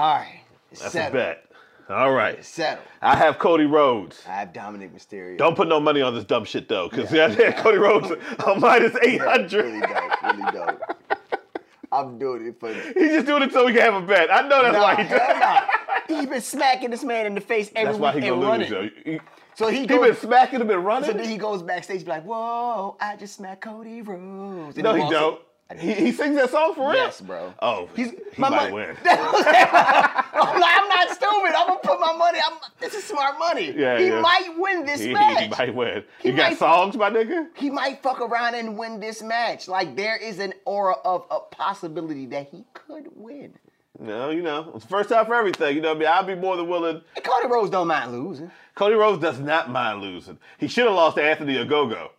Speaker 1: right, it's
Speaker 2: That's a
Speaker 1: settled.
Speaker 2: bet. All right.
Speaker 1: It's settled.
Speaker 2: I have Cody Rhodes.
Speaker 1: I have Dominic Mysterio.
Speaker 2: Don't put no money on this dumb shit though, because yeah. Cody Rhodes on minus
Speaker 1: really
Speaker 2: eight hundred.
Speaker 1: dope, really dope. I'm doing it for.
Speaker 2: He just doing it so we can have a bet. I know that's
Speaker 1: Nah,
Speaker 2: why he does.
Speaker 1: hell nah. He been smacking this man in the face every
Speaker 2: That's why he
Speaker 1: week
Speaker 2: gonna
Speaker 1: and
Speaker 2: lose
Speaker 1: running.
Speaker 2: though. He,
Speaker 1: So he
Speaker 2: he
Speaker 1: goes
Speaker 2: been smacking him and
Speaker 1: So
Speaker 2: running.
Speaker 1: then he goes backstage, be like, "Whoa, I just smacked Cody Rhodes." And
Speaker 2: no, he
Speaker 1: walks-
Speaker 2: don't. He, he sings that song for real.
Speaker 1: Yes, bro.
Speaker 2: Oh,
Speaker 1: He's-
Speaker 2: he
Speaker 1: my
Speaker 2: might
Speaker 1: mo-
Speaker 2: win.
Speaker 1: I'm like, I'm not stupid. I'm gonna put my money. I'm, this is smart money.
Speaker 2: Yeah,
Speaker 1: he
Speaker 2: yeah.
Speaker 1: might win this
Speaker 2: He, he
Speaker 1: match.
Speaker 2: might win.
Speaker 1: He
Speaker 2: you
Speaker 1: might-
Speaker 2: got songs, my nigga.
Speaker 1: He might fuck around and win this match. Like there is an aura of a possibility that he could win.
Speaker 2: No, you know it's the first time for everything. You know what I mean? I'd be more than willing.
Speaker 1: And Cody Rhodes don't mind losing.
Speaker 2: Cody Rhodes does not mind losing. He should have lost to Anthony Ogogo.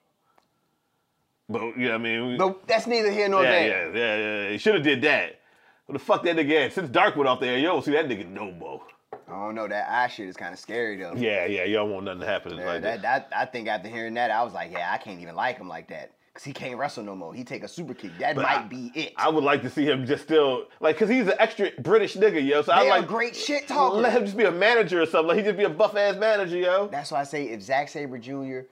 Speaker 2: But you know what I mean?
Speaker 1: But that's neither here nor
Speaker 2: Yeah,
Speaker 1: there.
Speaker 2: yeah, yeah, yeah. He should have did that. What the fuck that nigga at? Since Dark went off the air, you don't see that nigga no more.
Speaker 1: I don't know. That eye shit is kind of scary though.
Speaker 2: Yeah, yeah, y'all want nothing to happen
Speaker 1: Yeah,
Speaker 2: like
Speaker 1: that,
Speaker 2: that.
Speaker 1: that, I think after hearing that, I was like, yeah, I can't even like him like that because he can't wrestle no more. He take a super kick. That
Speaker 2: But
Speaker 1: might
Speaker 2: I-
Speaker 1: be it.
Speaker 2: I would like to see him just still like, cause he's an extra British nigga, yo. So I
Speaker 1: they
Speaker 2: like
Speaker 1: are great shit talkers.
Speaker 2: Let him just be a manager or something. Like he just be a buff ass manager, yo.
Speaker 1: That's why I say if Zack Saber Jr.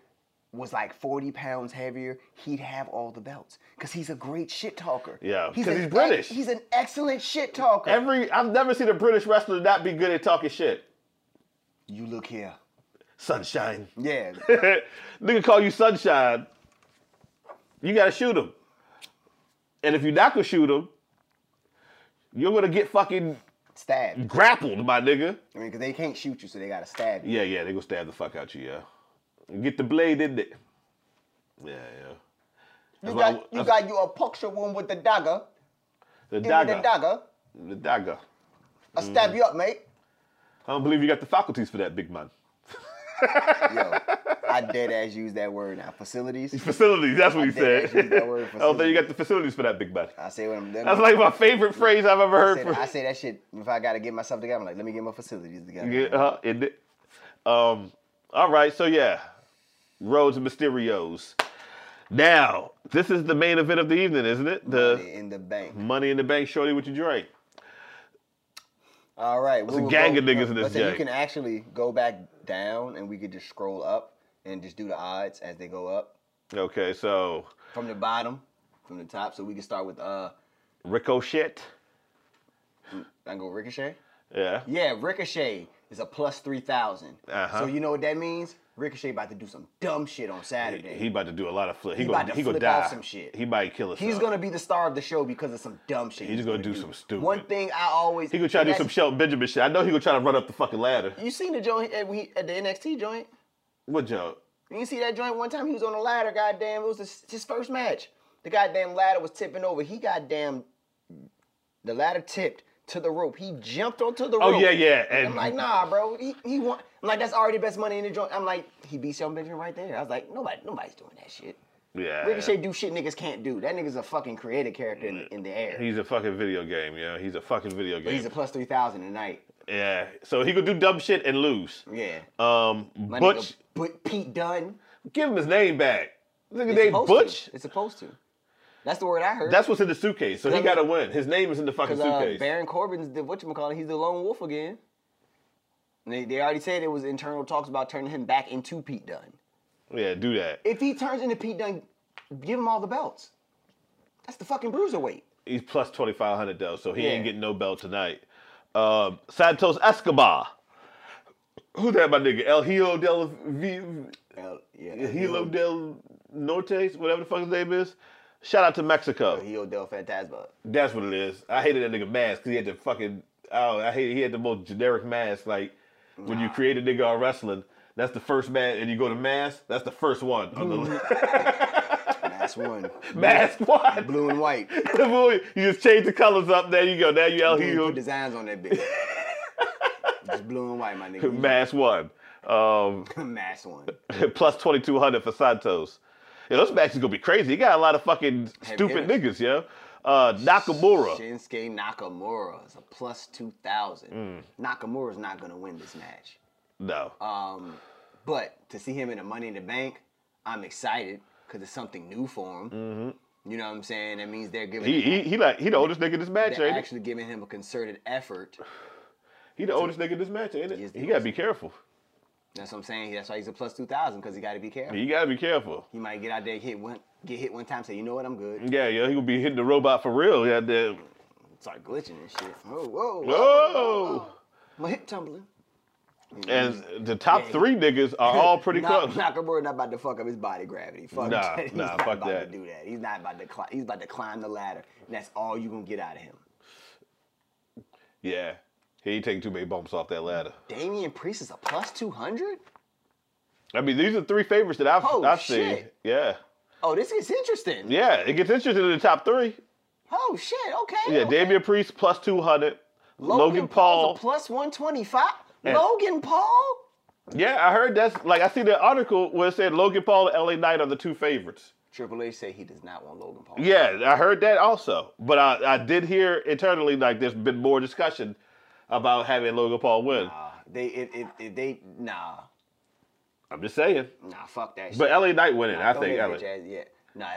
Speaker 1: was like 40 pounds heavier, he'd have all the belts because he's a great shit talker.
Speaker 2: Yeah, 'cause
Speaker 1: an
Speaker 2: he's British.
Speaker 1: ex- he's an excellent shit talker.
Speaker 2: Every I've never seen a British wrestler not be good at talking shit.
Speaker 1: you look here.
Speaker 2: Sunshine.
Speaker 1: Yeah.
Speaker 2: Nigga call you sunshine. You gotta shoot him. And if you not gonna shoot him, you're gonna get fucking
Speaker 1: stab. I mean,
Speaker 2: grappled, my nigga.
Speaker 1: 'cause they can't shoot you, so they got to stab you.
Speaker 2: Yeah, yeah, they gonna stab the fuck out you, yeah. Get the blade in there. Yeah, yeah.
Speaker 1: You
Speaker 2: That's why
Speaker 1: got,
Speaker 2: I w-
Speaker 1: you
Speaker 2: that's-
Speaker 1: got your puncture wound with the dagger.
Speaker 2: the
Speaker 1: Give me the
Speaker 2: dagger. Mm.
Speaker 1: dagger.
Speaker 2: The dagger.
Speaker 1: I'll stab you up, mate.
Speaker 2: I don't believe you got the faculties for that, big man.
Speaker 1: Yo, I dead ass use that word now. Facilities.
Speaker 2: Facilities, that's what he
Speaker 1: I think
Speaker 2: said.
Speaker 1: I used that word,
Speaker 2: I don't think you got the facilities for that, big man.
Speaker 1: I say what I'm doing.
Speaker 2: That's like my favorite phrase I've ever
Speaker 1: I
Speaker 2: heard.
Speaker 1: say,
Speaker 2: from-
Speaker 1: I say that shit if I got to get myself together. I'm like, let me get my facilities together.
Speaker 2: Yeah, uh, it did. Um, all right, so yeah, Rhodes and Mysterios. Now, this is the main event of the evening, isn't it? The
Speaker 1: In the bank.
Speaker 2: Money in the Bank, Shorty, what you drink?
Speaker 1: All right. It's
Speaker 2: a gang of niggas in this
Speaker 1: You
Speaker 2: joint.
Speaker 1: can actually go back down and we could just scroll up and just do the odds as they go up
Speaker 2: Okay, so
Speaker 1: from the bottom, from the top. So we can start with, uh,
Speaker 2: Ricochet.
Speaker 1: I can go Ricochet.
Speaker 2: Yeah.
Speaker 1: Yeah, Ricochet is a plus 3,000.
Speaker 2: Uh-huh.
Speaker 1: So you know what that means? Ricochet about to do some dumb shit on Saturday.
Speaker 2: He about to do a lot of flip. He,
Speaker 1: He
Speaker 2: gonna,
Speaker 1: about to
Speaker 2: he gonna
Speaker 1: flip off
Speaker 2: die.
Speaker 1: some shit.
Speaker 2: He might kill us.
Speaker 1: He's gonna be the star of the show because of some dumb shit.
Speaker 2: He's gonna do some stupid-
Speaker 1: One thing I always
Speaker 2: He gonna try to do some
Speaker 1: that's-
Speaker 2: Shelton Benjamin shit. I know he gonna try to run up the fucking ladder.
Speaker 1: You seen the joint at, we- at the NXT joint?
Speaker 2: What joke?
Speaker 1: You see that joint one time? He was on the ladder. Goddamn, it was his, his first match. The goddamn ladder was tipping over. He goddamn the ladder tipped to the rope. He jumped onto the
Speaker 2: Oh
Speaker 1: rope.
Speaker 2: yeah, yeah. And
Speaker 1: I'm like, nah, bro. He, he won. I'm like, that's already best money in the joint. I'm like, he beat Shelton Benjamin right there. I was like, nobody, nobody's doing that shit.
Speaker 2: yeah.
Speaker 1: Ricochet do shit niggas can't do. That nigga's a fucking creative character in, in the air.
Speaker 2: He's a fucking video game, yeah. He's a fucking video game.
Speaker 1: He's a plus three thousand tonight.
Speaker 2: yeah. So he gonna do dumb shit and lose.
Speaker 1: Yeah.
Speaker 2: Um,
Speaker 1: My
Speaker 2: Butch,
Speaker 1: nigga, but Pete Dunn.
Speaker 2: give him his name back. Nigga
Speaker 1: It's
Speaker 2: named
Speaker 1: supposed
Speaker 2: Butch.
Speaker 1: To. It's supposed to. That's the word I heard.
Speaker 2: That's what's in the suitcase. So he
Speaker 1: Cause-
Speaker 2: got to win. His name is in the fucking
Speaker 1: because uh,
Speaker 2: suitcase.
Speaker 1: Baron Corbin's the whatchamacallit, he's the lone wolf again. And They, they already said it was internal talks about turning him back into Pete Dunn.
Speaker 2: yeah, do that.
Speaker 1: If he turns into Pete Dunn, give him all the belts. That's the fucking bruiserweight.
Speaker 2: He's plus twenty five hundred though, so he
Speaker 1: Yeah.
Speaker 2: ain't getting no belt tonight. Um, Santos Escobar. Who that my nigga? El Hilo del v-
Speaker 1: Hell, yeah,
Speaker 2: Hilo del Norte, whatever the fuck his name is. Shout out to Mexico.
Speaker 1: Hilo del Fantasma.
Speaker 2: That's what it is. I hated that nigga mask because he had the fucking oh, I hate he had the most generic mask. Like when you create a nigga on wrestling, that's the first mask, and you go to mask, that's the first one on the list.
Speaker 1: And That's one.
Speaker 2: mask one.
Speaker 1: Blue and white.
Speaker 2: The boy, you just change the colors up. There you go. Now you out
Speaker 1: He
Speaker 2: here.
Speaker 1: put designs on that bitch. Just blue and white, my nigga.
Speaker 2: Mask one. Um,
Speaker 1: Mass one.
Speaker 2: plus twenty two hundred for Santos. Yeah, those matches gonna be crazy. He got a lot of fucking stupid
Speaker 1: hitters.
Speaker 2: niggas, yo. Uh, Nakamura.
Speaker 1: Shinsuke Nakamura is a plus 2,000. Nakamura's not going to win this match.
Speaker 2: No.
Speaker 1: Um, but to see him in the Money in the Bank, I'm excited because it's something new for him. You know what I'm saying? That means they're giving
Speaker 2: Mm-hmm. he, he he like he the oldest nigga in this match,
Speaker 1: they're
Speaker 2: ain't he?
Speaker 1: actually giving him a concerted effort.
Speaker 2: He the oldest nigga in this match, ain't it?
Speaker 1: Yes,
Speaker 2: He gotta be careful.
Speaker 1: That's what I'm saying. That's why he's a plus two thousand because he got to be careful.
Speaker 2: You gotta be careful.
Speaker 1: He might get out there hit one, get hit one time, say you know what I'm good,
Speaker 2: Yeah, yeah, he gonna be hitting the robot for real. Yeah, then.
Speaker 1: start glitching and shit. Whoa, whoa, whoa.
Speaker 2: Whoa!
Speaker 1: my hip tumbling.
Speaker 2: And the top three niggas are all pretty
Speaker 1: Nak-
Speaker 2: close.
Speaker 1: Nakamura not about to fuck up his body gravity. Fuck
Speaker 2: Nah,
Speaker 1: that. He's
Speaker 2: nah,
Speaker 1: not
Speaker 2: fuck
Speaker 1: about
Speaker 2: that.
Speaker 1: to do that. He's not about to climb. He's about to climb the ladder. And that's all you gonna get out of him.
Speaker 2: Yeah, he ain't taking too many bumps off that ladder.
Speaker 1: Damian Priest is a plus two hundred.
Speaker 2: I mean, these are three favorites that I've
Speaker 1: Oh,
Speaker 2: I've seen.
Speaker 1: shit.
Speaker 2: Yeah,
Speaker 1: Oh, this is interesting.
Speaker 2: yeah, it gets interesting in the top three.
Speaker 1: Oh shit. Okay.
Speaker 2: Yeah,
Speaker 1: okay.
Speaker 2: Damian Priest plus two hundred. Logan,
Speaker 1: Paul's
Speaker 2: Paul.
Speaker 1: a plus one twenty five.
Speaker 2: And-
Speaker 1: Logan Paul.
Speaker 2: yeah, I heard that's like I see the article where it said Logan Paul and LA Knight are the two favorites.
Speaker 1: Triple H said he does not want Logan Paul.
Speaker 2: Yeah, I heard that also. But I, I did hear internally like there's been more discussion about having Logan Paul win.
Speaker 1: Nah, they if, if, if they nah
Speaker 2: I'm just saying.
Speaker 1: nah fuck that.
Speaker 2: But
Speaker 1: shit.
Speaker 2: LA Knight winning, I
Speaker 1: Throw
Speaker 2: think.
Speaker 1: that
Speaker 2: LA.
Speaker 1: bitch ass- yeah.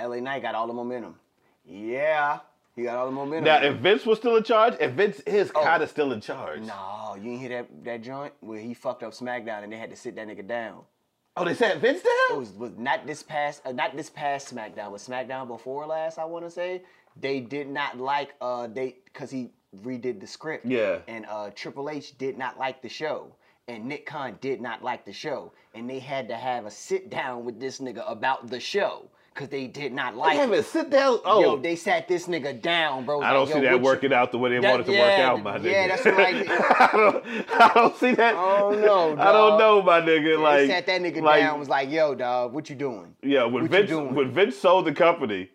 Speaker 1: Nah, LA Knight got all the momentum. Yeah, he got all the momentum.
Speaker 2: Now, if Vince was still in charge, if Vince is
Speaker 1: Oh.
Speaker 2: kind of still in charge.
Speaker 1: Nah, you didn't hear that that joint where he fucked up SmackDown and they had to sit that nigga down.
Speaker 2: Oh, they said Vince
Speaker 1: It
Speaker 2: down?
Speaker 1: was was not this past uh, not this past SmackDown, but SmackDown before last. I want to say they did not like uh they because he redid the script.
Speaker 2: Yeah.
Speaker 1: And uh Triple H did not like the show, and Nick Khan did not like the show, and they had to have a sit down with this nigga about the show because they did not
Speaker 2: They
Speaker 1: like.
Speaker 2: haven't
Speaker 1: it.
Speaker 2: sit down. Oh,
Speaker 1: Yo, they sat this nigga down, bro.
Speaker 2: I don't see that working out the way they
Speaker 1: That-
Speaker 2: wanted to work
Speaker 1: yeah,
Speaker 2: out, my nigga.
Speaker 1: yeah, that's what I-
Speaker 2: I, don't, I don't see that.
Speaker 1: I don't know, dawg.
Speaker 2: I don't know, my nigga.
Speaker 1: Like,
Speaker 2: like,
Speaker 1: they sat that nigga
Speaker 2: like,
Speaker 1: down. Was like, yo, dog, what you doing?
Speaker 2: Yeah, when
Speaker 1: What you
Speaker 2: Vince
Speaker 1: doing?
Speaker 2: when Vince sold the company,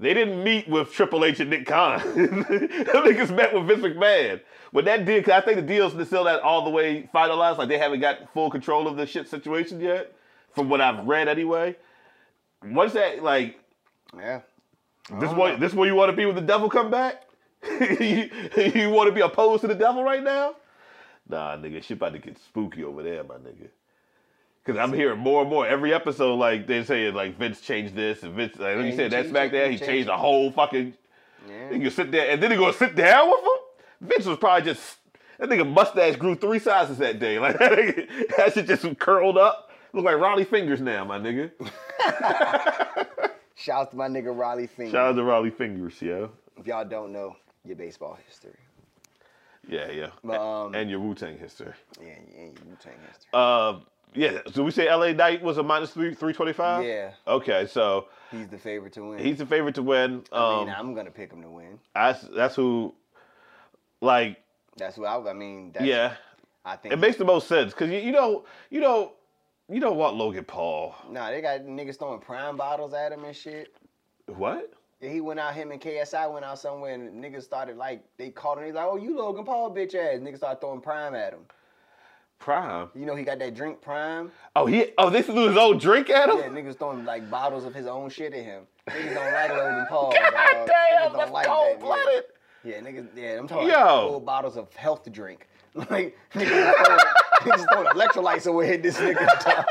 Speaker 2: they didn't meet with Triple H and Nick Khan. Them niggas met with Vince McMahon. When that deal, 'cause I think the deal's still not all the way finalized. Like they haven't got full control of the shit situation yet, from what I've read anyway. Once that like
Speaker 1: Yeah. Oh.
Speaker 2: this one, this where you want to be when the devil come back? you want to be opposed to the devil right now? Nah, nigga, shit about to get spooky over there, my nigga. Cause I'm hearing more and more every episode. Like they say, like Vince changed this, and Vince, like, when
Speaker 1: Yeah,
Speaker 2: you
Speaker 1: he
Speaker 2: said that's
Speaker 1: changed
Speaker 2: back
Speaker 1: it,
Speaker 2: there,
Speaker 1: he
Speaker 2: he
Speaker 1: changed
Speaker 2: changed the
Speaker 1: it.
Speaker 2: whole fucking.
Speaker 1: Yeah.
Speaker 2: You sit there, and then he gonna sit down with him. Vince was probably just that nigga mustache grew three sizes that day. Like that, nigga, that shit just curled up. Look like Raleigh fingers now, my nigga.
Speaker 1: Shout out to my nigga Riley Fiend.
Speaker 2: Shout out to Raleigh fingers, yo.
Speaker 1: If y'all don't know your baseball history,
Speaker 2: Yeah, yeah.
Speaker 1: But, um,
Speaker 2: and your Wu Tang history.
Speaker 1: yeah, and your Wu Tang history.
Speaker 2: Um, yeah. So we say LA Knight was a minus three three twenty five.
Speaker 1: Yeah.
Speaker 2: Okay, so
Speaker 1: He's the favorite to win.
Speaker 2: Uh, he's the favorite to win.
Speaker 1: I
Speaker 2: Um,
Speaker 1: mean, I'm gonna pick him to win.
Speaker 2: I, that's who. Like,
Speaker 1: That's what I, I mean. That's,
Speaker 2: yeah,
Speaker 1: I think.
Speaker 2: it makes the most sense because you, you don't you don't you don't want Logan Paul.
Speaker 1: nah, they got niggas throwing prime bottles at him and shit.
Speaker 2: What?
Speaker 1: Yeah, he went out. Him and KSI went out somewhere, and niggas started like they called him. He's like, "Oh, you Logan Paul, bitch ass." Niggas started throwing prime at him.
Speaker 2: Prime?
Speaker 1: You know he got that drink prime.
Speaker 2: Oh, he oh this threw his old drink at
Speaker 1: Yeah,
Speaker 2: him.
Speaker 1: niggas throwing like bottles of his own shit at him. Niggas don't like Logan Paul.
Speaker 2: God
Speaker 1: dog. Niggas
Speaker 2: damn,
Speaker 1: don't
Speaker 2: that's
Speaker 1: like that, yeah.
Speaker 2: cold blooded.
Speaker 1: Yeah, niggas. Yeah, I'm talking
Speaker 2: Yo.
Speaker 1: full bottles of health drink. Like niggas throwing, niggas throwing electrolytes away at this nigga. dog.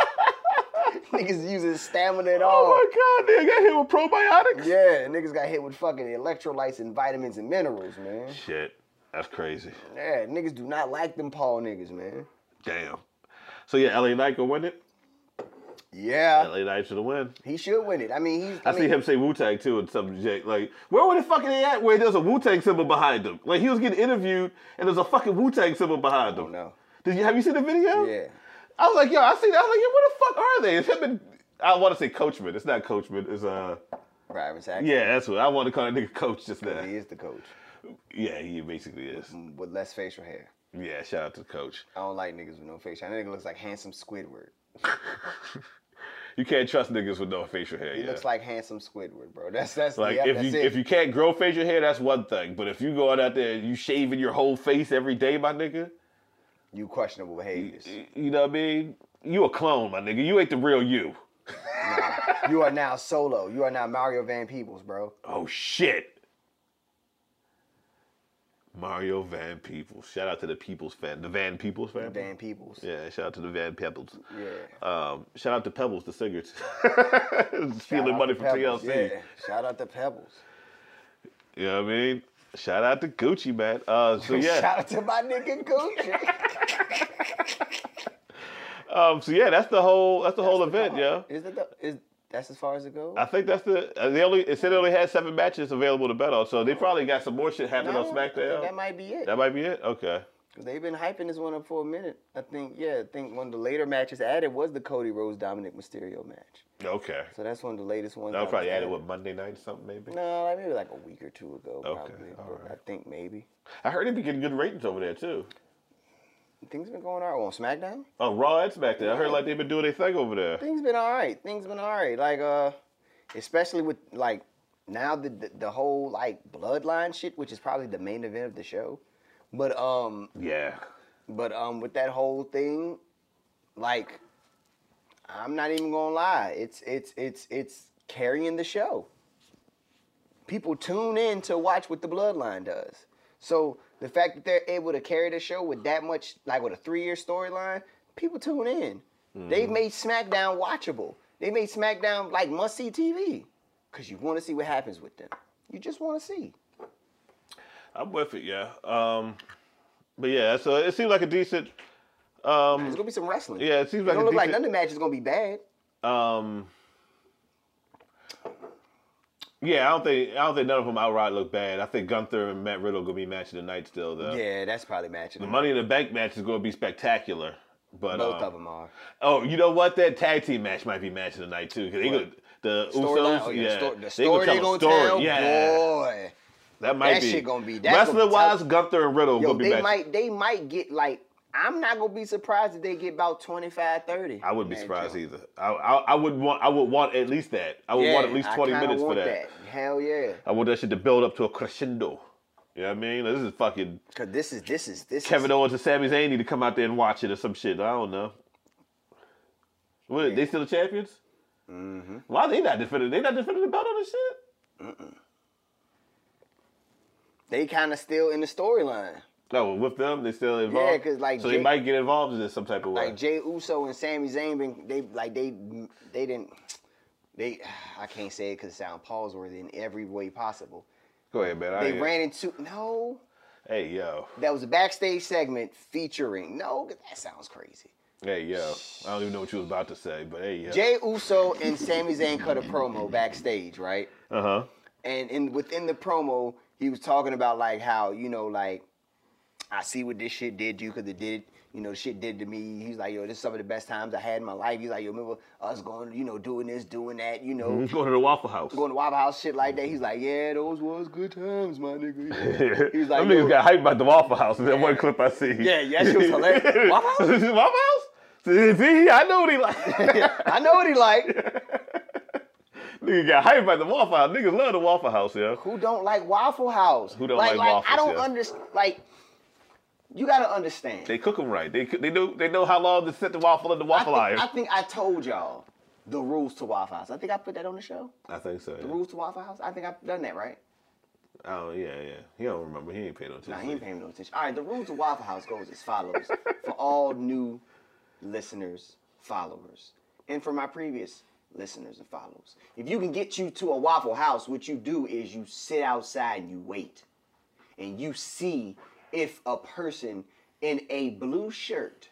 Speaker 1: niggas using stamina and all.
Speaker 2: Oh my god, nigga, got hit with probiotics.
Speaker 1: yeah, niggas got hit with fucking electrolytes and vitamins and minerals, man.
Speaker 2: Shit, that's crazy.
Speaker 1: Yeah, niggas do not like them Paul niggas, man.
Speaker 2: Damn. So yeah, LA Knight gonna win it.
Speaker 1: Yeah,
Speaker 2: LA Knight should win.
Speaker 1: he should win it. I mean, he's.
Speaker 2: I
Speaker 1: mean,
Speaker 2: see him say Wu Tang too in some jake. Like, where were the fucking they at where there's a Wu Tang symbol behind him? Like he was getting interviewed and there's a fucking Wu Tang symbol behind him.
Speaker 1: don't know.
Speaker 2: Did you have you seen the video?
Speaker 1: Yeah,
Speaker 2: I was like, yo, I see that. I was like, yo, where the fuck are they? It's him and I want to say Coachman. It's not Coachman. It's uh,
Speaker 1: Private Saxon.
Speaker 2: yeah, that's what I want to call that nigga Coach just now.
Speaker 1: he is the coach
Speaker 2: Yeah, he basically is.
Speaker 1: with less facial hair.
Speaker 2: Yeah, shout out to Coach.
Speaker 1: I don't like niggas with no facial. hair. That nigga looks like handsome Squidward.
Speaker 2: You can't trust niggas with no facial hair.
Speaker 1: He
Speaker 2: yeah.
Speaker 1: looks like handsome Squidward, bro. That's that's
Speaker 2: Like
Speaker 1: yeah,
Speaker 2: if
Speaker 1: that's
Speaker 2: you
Speaker 1: it.
Speaker 2: if you can't grow facial hair, that's one thing. But if you going out there and you shaving your whole face every day, my nigga,
Speaker 1: you questionable behaviors.
Speaker 2: y- you know what I mean? You a clone, my nigga. You ain't the real you.
Speaker 1: you are now solo. You are now Mario Van Peebles, bro.
Speaker 2: Oh shit. Mario Van Peebles. Shout out to the Peoples fan. The Van Peoples fan?
Speaker 1: Van Peebles. Yeah.
Speaker 2: Yeah, shout out to the Van Pebbles. Um, shout out to Pebbles, the singer. Stealing
Speaker 1: Shout
Speaker 2: money
Speaker 1: out
Speaker 2: from
Speaker 1: to Pebbles,
Speaker 2: TLC.
Speaker 1: Yeah. Shout out to Pebbles.
Speaker 2: You know what I mean? Shout out to Gucci, man. Uh, so yeah.
Speaker 1: Shout out to my nigga Gucci.
Speaker 2: Um, so yeah, that's the whole that's the whole event, yeah.
Speaker 1: Is that the, is that's as far as it goes?
Speaker 2: I think that's the uh, they only it said they only had seven matches available to bet on, so they probably got some more shit happening
Speaker 1: No,
Speaker 2: on
Speaker 1: I think
Speaker 2: SmackDown.
Speaker 1: that might be it.
Speaker 2: that might be it. Okay.
Speaker 1: Cause they've been hyping this one up for a minute. I think, yeah, I think one of the later matches added was the Cody Rhodes Dominic Mysterio match.
Speaker 2: Okay.
Speaker 1: So that's one of the latest ones.
Speaker 2: That
Speaker 1: I
Speaker 2: was
Speaker 1: was
Speaker 2: probably added what Monday night or something maybe.
Speaker 1: No, like maybe like a week or two ago,
Speaker 2: Okay,
Speaker 1: probably.
Speaker 2: all
Speaker 1: but I
Speaker 2: right.
Speaker 1: think maybe.
Speaker 2: I heard they be getting good ratings over there too.
Speaker 1: Things been going all right. On SmackDown?
Speaker 2: Oh, Raw and SmackDown. I heard like they've been doing their thing over there.
Speaker 1: Things been all right. Things been all right. Like uh, especially with like now the the, the whole like bloodline shit, which is probably the main event of the show. But um,
Speaker 2: Yeah.
Speaker 1: but um, with that whole thing, like I'm not even gonna lie, it's it's it's it's carrying the show. People tune in to watch what the bloodline does. So the fact that they're able to carry the show with that much, like with a three-year storyline, people tune in.
Speaker 2: Mm-hmm.
Speaker 1: They've made SmackDown watchable. They made SmackDown like must-see TV because you want to see what happens with them. You just want to see.
Speaker 2: I'm with it, yeah. Um, but yeah, so it seems like a decent. Um,
Speaker 1: There's gonna be some wrestling.
Speaker 2: yeah, it seems
Speaker 1: It
Speaker 2: like
Speaker 1: don't
Speaker 2: a
Speaker 1: look like none
Speaker 2: decent.
Speaker 1: of the matches gonna be bad.
Speaker 2: um, yeah, I don't think I don't think none of them outright look bad. I think Gunther and Matt Riddle gonna be matching tonight still though.
Speaker 1: Yeah, that's probably matching.
Speaker 2: The Money in the Bank match is gonna be spectacular. But
Speaker 1: Both
Speaker 2: um,
Speaker 1: of them are.
Speaker 2: Oh, you know what? That tag team match might be matching tonight too. Cause they
Speaker 1: What?
Speaker 2: go, the
Speaker 1: Storyline,
Speaker 2: Usos,
Speaker 1: oh, yeah,
Speaker 2: yeah,
Speaker 1: the sto- the
Speaker 2: they gonna
Speaker 1: story they gonna
Speaker 2: a
Speaker 1: tell,
Speaker 2: yeah,
Speaker 1: boy.
Speaker 2: that might
Speaker 1: that
Speaker 2: be
Speaker 1: shit gonna be- that's gonna
Speaker 2: wrestling
Speaker 1: be
Speaker 2: wise.
Speaker 1: tough.
Speaker 2: Gunther and Riddle
Speaker 1: Yo,
Speaker 2: gonna be
Speaker 1: they
Speaker 2: matching.
Speaker 1: might they might get like I'm not gonna be surprised if they get about 25, 30.
Speaker 2: I wouldn't be
Speaker 1: Man,
Speaker 2: surprised
Speaker 1: Joe.
Speaker 2: either. I, I I would want I would want at least that. I would
Speaker 1: Yeah,
Speaker 2: want at least
Speaker 1: I
Speaker 2: twenty
Speaker 1: kinda
Speaker 2: minutes for
Speaker 1: want
Speaker 2: that.
Speaker 1: Hell yeah.
Speaker 2: I want that shit to build up to a crescendo. You know what I mean? Like, this is fucking
Speaker 1: Cause this is this is this
Speaker 2: Kevin
Speaker 1: is
Speaker 2: Owens and Sami Zayn need to come out there and watch it or some shit. I don't know. What? They still the champions? Mm-hmm. Why they not defending? They not defending the belt on this shit?
Speaker 1: they kinda still in the storyline.
Speaker 2: No, with them they still involved.
Speaker 1: 'cause, like,
Speaker 2: so they
Speaker 1: Jake-
Speaker 2: might get involved in this some type of way.
Speaker 1: Like Jay Uso and Sami Zayn been they like they they didn't they I can't say it because it sound pauseworthy in every way possible.
Speaker 2: Go ahead, man. I
Speaker 1: They
Speaker 2: ain't-
Speaker 1: ran into no
Speaker 2: Hey yo,
Speaker 1: that was a backstage segment featuring no that sounds crazy.
Speaker 2: hey yo. I don't even know what you was about to say, but hey yo.
Speaker 1: Jay Uso and Sami Zayn cut a promo backstage, right?
Speaker 2: uh huh.
Speaker 1: And in within the promo, he was talking about like how you know like I see what this shit did to you because it did you know shit did to me. He's like yo, this is some of the best times I had in my life. He's like yo, remember us going you know doing this, doing that, you know.
Speaker 2: Go to the Waffle House.
Speaker 1: Going to Waffle House, shit like that. He's like, yeah, those was good times, my nigga. He's
Speaker 2: He's
Speaker 1: like,
Speaker 2: Them niggas
Speaker 1: yo,
Speaker 2: got hyped about the Waffle House. in That one clip I see.
Speaker 1: Yeah, yeah, that shit was hilarious. Waffle House?
Speaker 2: Waffle House? See, see, I know what he like.
Speaker 1: I know what he like.
Speaker 2: Nigga got hyped by the Waffle House. Niggas love the Waffle House, yeah.
Speaker 1: Who don't like Waffle House?
Speaker 2: Who don't like
Speaker 1: like
Speaker 2: waffles,
Speaker 1: I don't
Speaker 2: yeah.
Speaker 1: understand. Like, you gotta understand.
Speaker 2: They cook them right. They cook- they know they know how long to set the waffle in the waffle
Speaker 1: I
Speaker 2: iron.
Speaker 1: think, I think I told y'all the rules to Waffle House. I think I put that on the show.
Speaker 2: I think so.
Speaker 1: The
Speaker 2: Yeah.
Speaker 1: rules to Waffle House. I think I've done that right.
Speaker 2: Oh yeah, yeah. He don't remember. He ain't paid no attention.
Speaker 1: Nah, he ain't paying no attention. All right, the rules to Waffle House goes as follows for all new listeners, followers, and for my previous listeners and followers. If you can get you to a Waffle House, what you do is you sit outside and you wait, and you see if a person in a blue shirt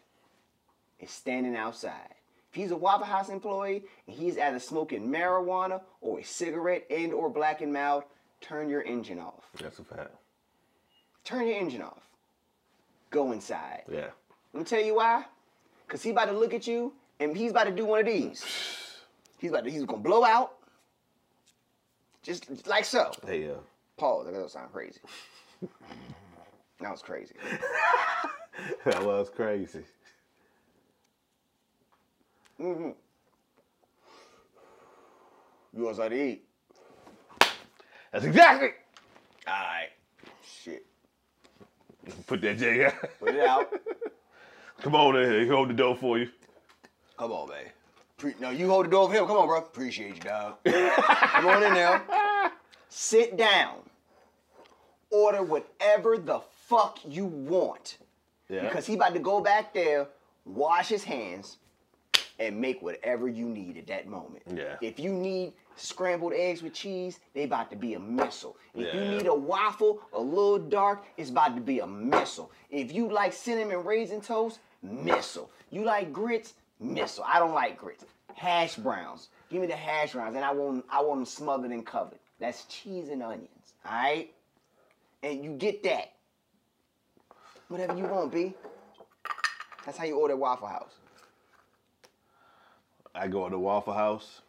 Speaker 1: is standing outside. If he's a Waffle House employee and he's either smoking marijuana or a cigarette and or black and mild, turn your engine off
Speaker 2: That's a fact.
Speaker 1: turn your engine off. Go inside.
Speaker 2: Yeah.
Speaker 1: Let me tell you why. Cause he about to look at you and he's about to do one of these. He's about to, he's gonna blow out. Just, just like so.
Speaker 2: Hey yo.
Speaker 1: Pause. That doesn't sound crazy. That was crazy.
Speaker 2: that was crazy.
Speaker 1: You was about to eat.
Speaker 2: That's exactly.
Speaker 1: Alright. Shit.
Speaker 2: Put that J out.
Speaker 1: Put it out.
Speaker 2: Come on in here. He hold the door for you.
Speaker 1: Come on, man. Pre- no, you hold the door for him. Come on, bro. Appreciate you, dog. Come on in now. Sit down. Order whatever the fuck you want.
Speaker 2: Yeah.
Speaker 1: Because he about to go back there, wash his hands, and make whatever you need at that moment.
Speaker 2: Yeah.
Speaker 1: If you need scrambled eggs with cheese, they about to be a missile. If you
Speaker 2: Yeah.
Speaker 1: need a waffle, a little dark, it's about to be a missile. If you like cinnamon raisin toast, missile. You like grits, missile. I don't like grits. Hash browns. Give me the hash browns, and I want I want them smothered and covered. That's cheese and onions. All right. And you get that. Whatever you want, B. That's how you order Waffle House.
Speaker 2: I go in the Waffle House.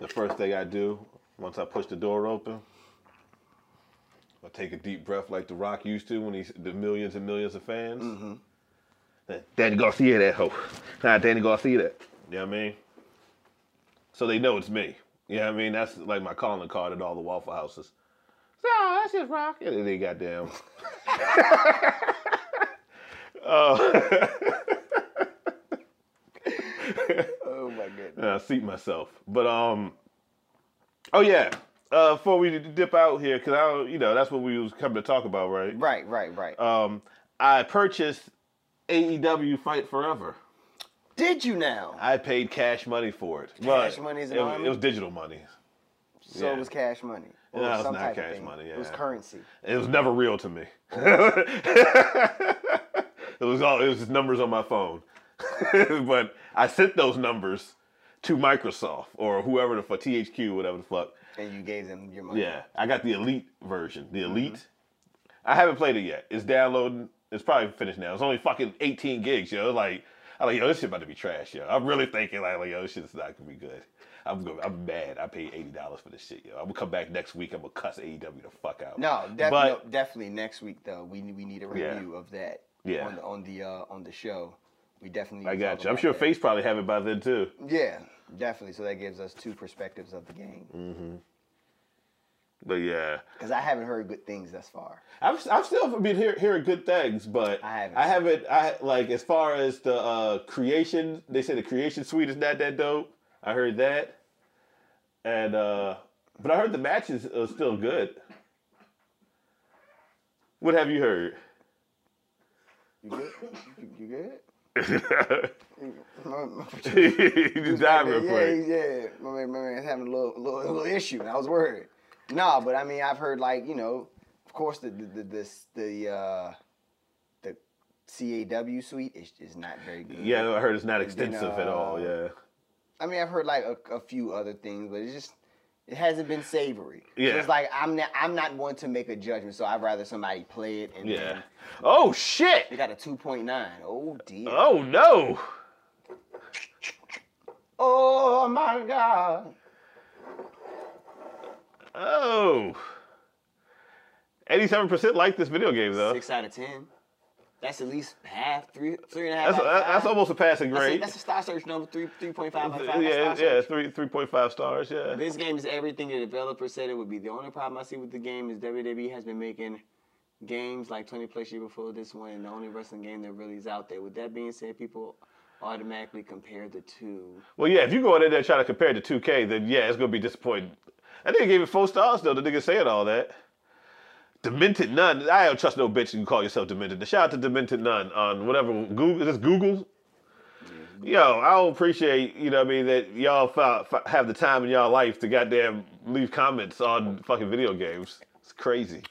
Speaker 2: The first thing I do, once I push the door open, I take a deep breath like The Rock used to when he's the millions and millions of fans. Danny Garcia, that hoe. Nah, Danny Garcia, that. You know what I mean? So they know it's me. You know what I mean? That's like my calling card at all the Waffle Houses. So "Ah, that's just Rock. And then they goddamn.
Speaker 1: Oh my goodness.
Speaker 2: Oh uh, and I seat myself. But um, Oh yeah. Uh, before we dip out here, because I, don't- you know, that's what we was coming to talk about, right?
Speaker 1: Right, right, right.
Speaker 2: Um, I purchased AEW Fight Forever.
Speaker 1: Did you now?
Speaker 2: I paid cash money for it.
Speaker 1: Cash
Speaker 2: But
Speaker 1: money's
Speaker 2: it, was-
Speaker 1: money?
Speaker 2: it was digital money.
Speaker 1: So
Speaker 2: yeah.
Speaker 1: it was cash money. Or
Speaker 2: No, it's
Speaker 1: some
Speaker 2: not
Speaker 1: type of
Speaker 2: cash
Speaker 1: thing.
Speaker 2: money,
Speaker 1: It was
Speaker 2: yeah.
Speaker 1: currency.
Speaker 2: It was never real to me.
Speaker 1: Oh.
Speaker 2: it was all it was just numbers on my phone. but I sent those numbers to Microsoft or whoever the fuck THQ, whatever the fuck.
Speaker 1: And you gave them your money.
Speaker 2: Yeah, I got the elite version.
Speaker 1: Mm-hmm.
Speaker 2: The elite. I haven't played it yet. It's downloading. It's probably finished now. It's only fucking 18 gigs, yo. Like, I'm like, yo, this shit about to be trash, yo. I'm really thinking like, like yo, this shit's not gonna be good. I'm gonna, I'm mad. I paid eighty dollars for this shit, yo. I'm gonna come back next week. I'm gonna cuss AEW the fuck out.
Speaker 1: No, def-
Speaker 2: But-
Speaker 1: no, definitely next week though. We we need a
Speaker 2: Yeah.
Speaker 1: review of that.
Speaker 2: Yeah.
Speaker 1: On the on the uh, on the show, we definitely.
Speaker 2: I
Speaker 1: need to
Speaker 2: got
Speaker 1: talk
Speaker 2: you. I'm
Speaker 1: about
Speaker 2: sure
Speaker 1: that.
Speaker 2: Face probably have it by then too.
Speaker 1: Yeah, definitely. So that gives us two perspectives of the
Speaker 2: Mm.
Speaker 1: game
Speaker 2: But yeah,
Speaker 1: because I haven't heard good things thus far.
Speaker 2: I've I've still been hear, hearing good things, but
Speaker 1: I haven't.
Speaker 2: I haven't. I like as far as the uh, creation. They say the creation suite is not that dope. I heard that, and uh but I heard the matches are still good. What have you heard?
Speaker 1: You good? you, you good? My- my-
Speaker 2: you died real
Speaker 1: yeah,
Speaker 2: quick.
Speaker 1: yeah. My man, my man's having a little, little, little issue, and I was worried. No, but I mean, I've heard like you know, of course, the the the this, the uh, the CAW suite is, is not very good.
Speaker 2: Yeah, I heard it's not extensive at all.
Speaker 1: uh,
Speaker 2: Yeah,
Speaker 1: I mean, I've heard like a, a few other things, but it's just it hasn't been savory.
Speaker 2: Yeah.
Speaker 1: So it's like I'm not I'm not one to make a judgment, so I'd rather somebody play it and
Speaker 2: yeah.
Speaker 1: then
Speaker 2: Oh shit!
Speaker 1: they got a 2.9. Oh dear.
Speaker 2: Oh no!
Speaker 1: Oh my god.
Speaker 2: Oh. 87% like this video game though.
Speaker 1: Six out of ten. That's at least half, three, three and a half.
Speaker 2: That's,
Speaker 1: out of
Speaker 2: that- that's
Speaker 1: five.
Speaker 2: almost a passing
Speaker 1: That's a-
Speaker 2: grade.
Speaker 1: That's a star search number three, three point five out of
Speaker 2: yeah,
Speaker 1: five. That's
Speaker 2: yeah,
Speaker 1: star search.
Speaker 2: it's three three point five stars. Yeah,
Speaker 1: This game is everything the developer said it would be. The only problem I see with the game is WWE has been making games like 20 plus years before this one, and the only wrestling game that really is out there. With that being said, people automatically compare the two.
Speaker 2: Well, yeah, if you go in there and try to compare it to 2K, then yeah, it's gonna be disappointing. That nigga gave it four stars though. The nigga saying all that. Demented Nun. I don't trust no bitch you call yourself Demented. Nun. Shout out to Demented Nun on whatever Google. Is this Google? Yo, I don't appreciate you know what I mean that y'all fi- fi- have the time in y'all life to goddamn leave comments on fucking video games. It's crazy.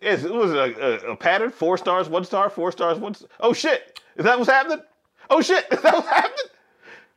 Speaker 2: It's, it was a, a, a pattern. Four stars, one star, four stars, one. Star. Oh shit! Is that what's happening? Oh shit! Is that what's happening?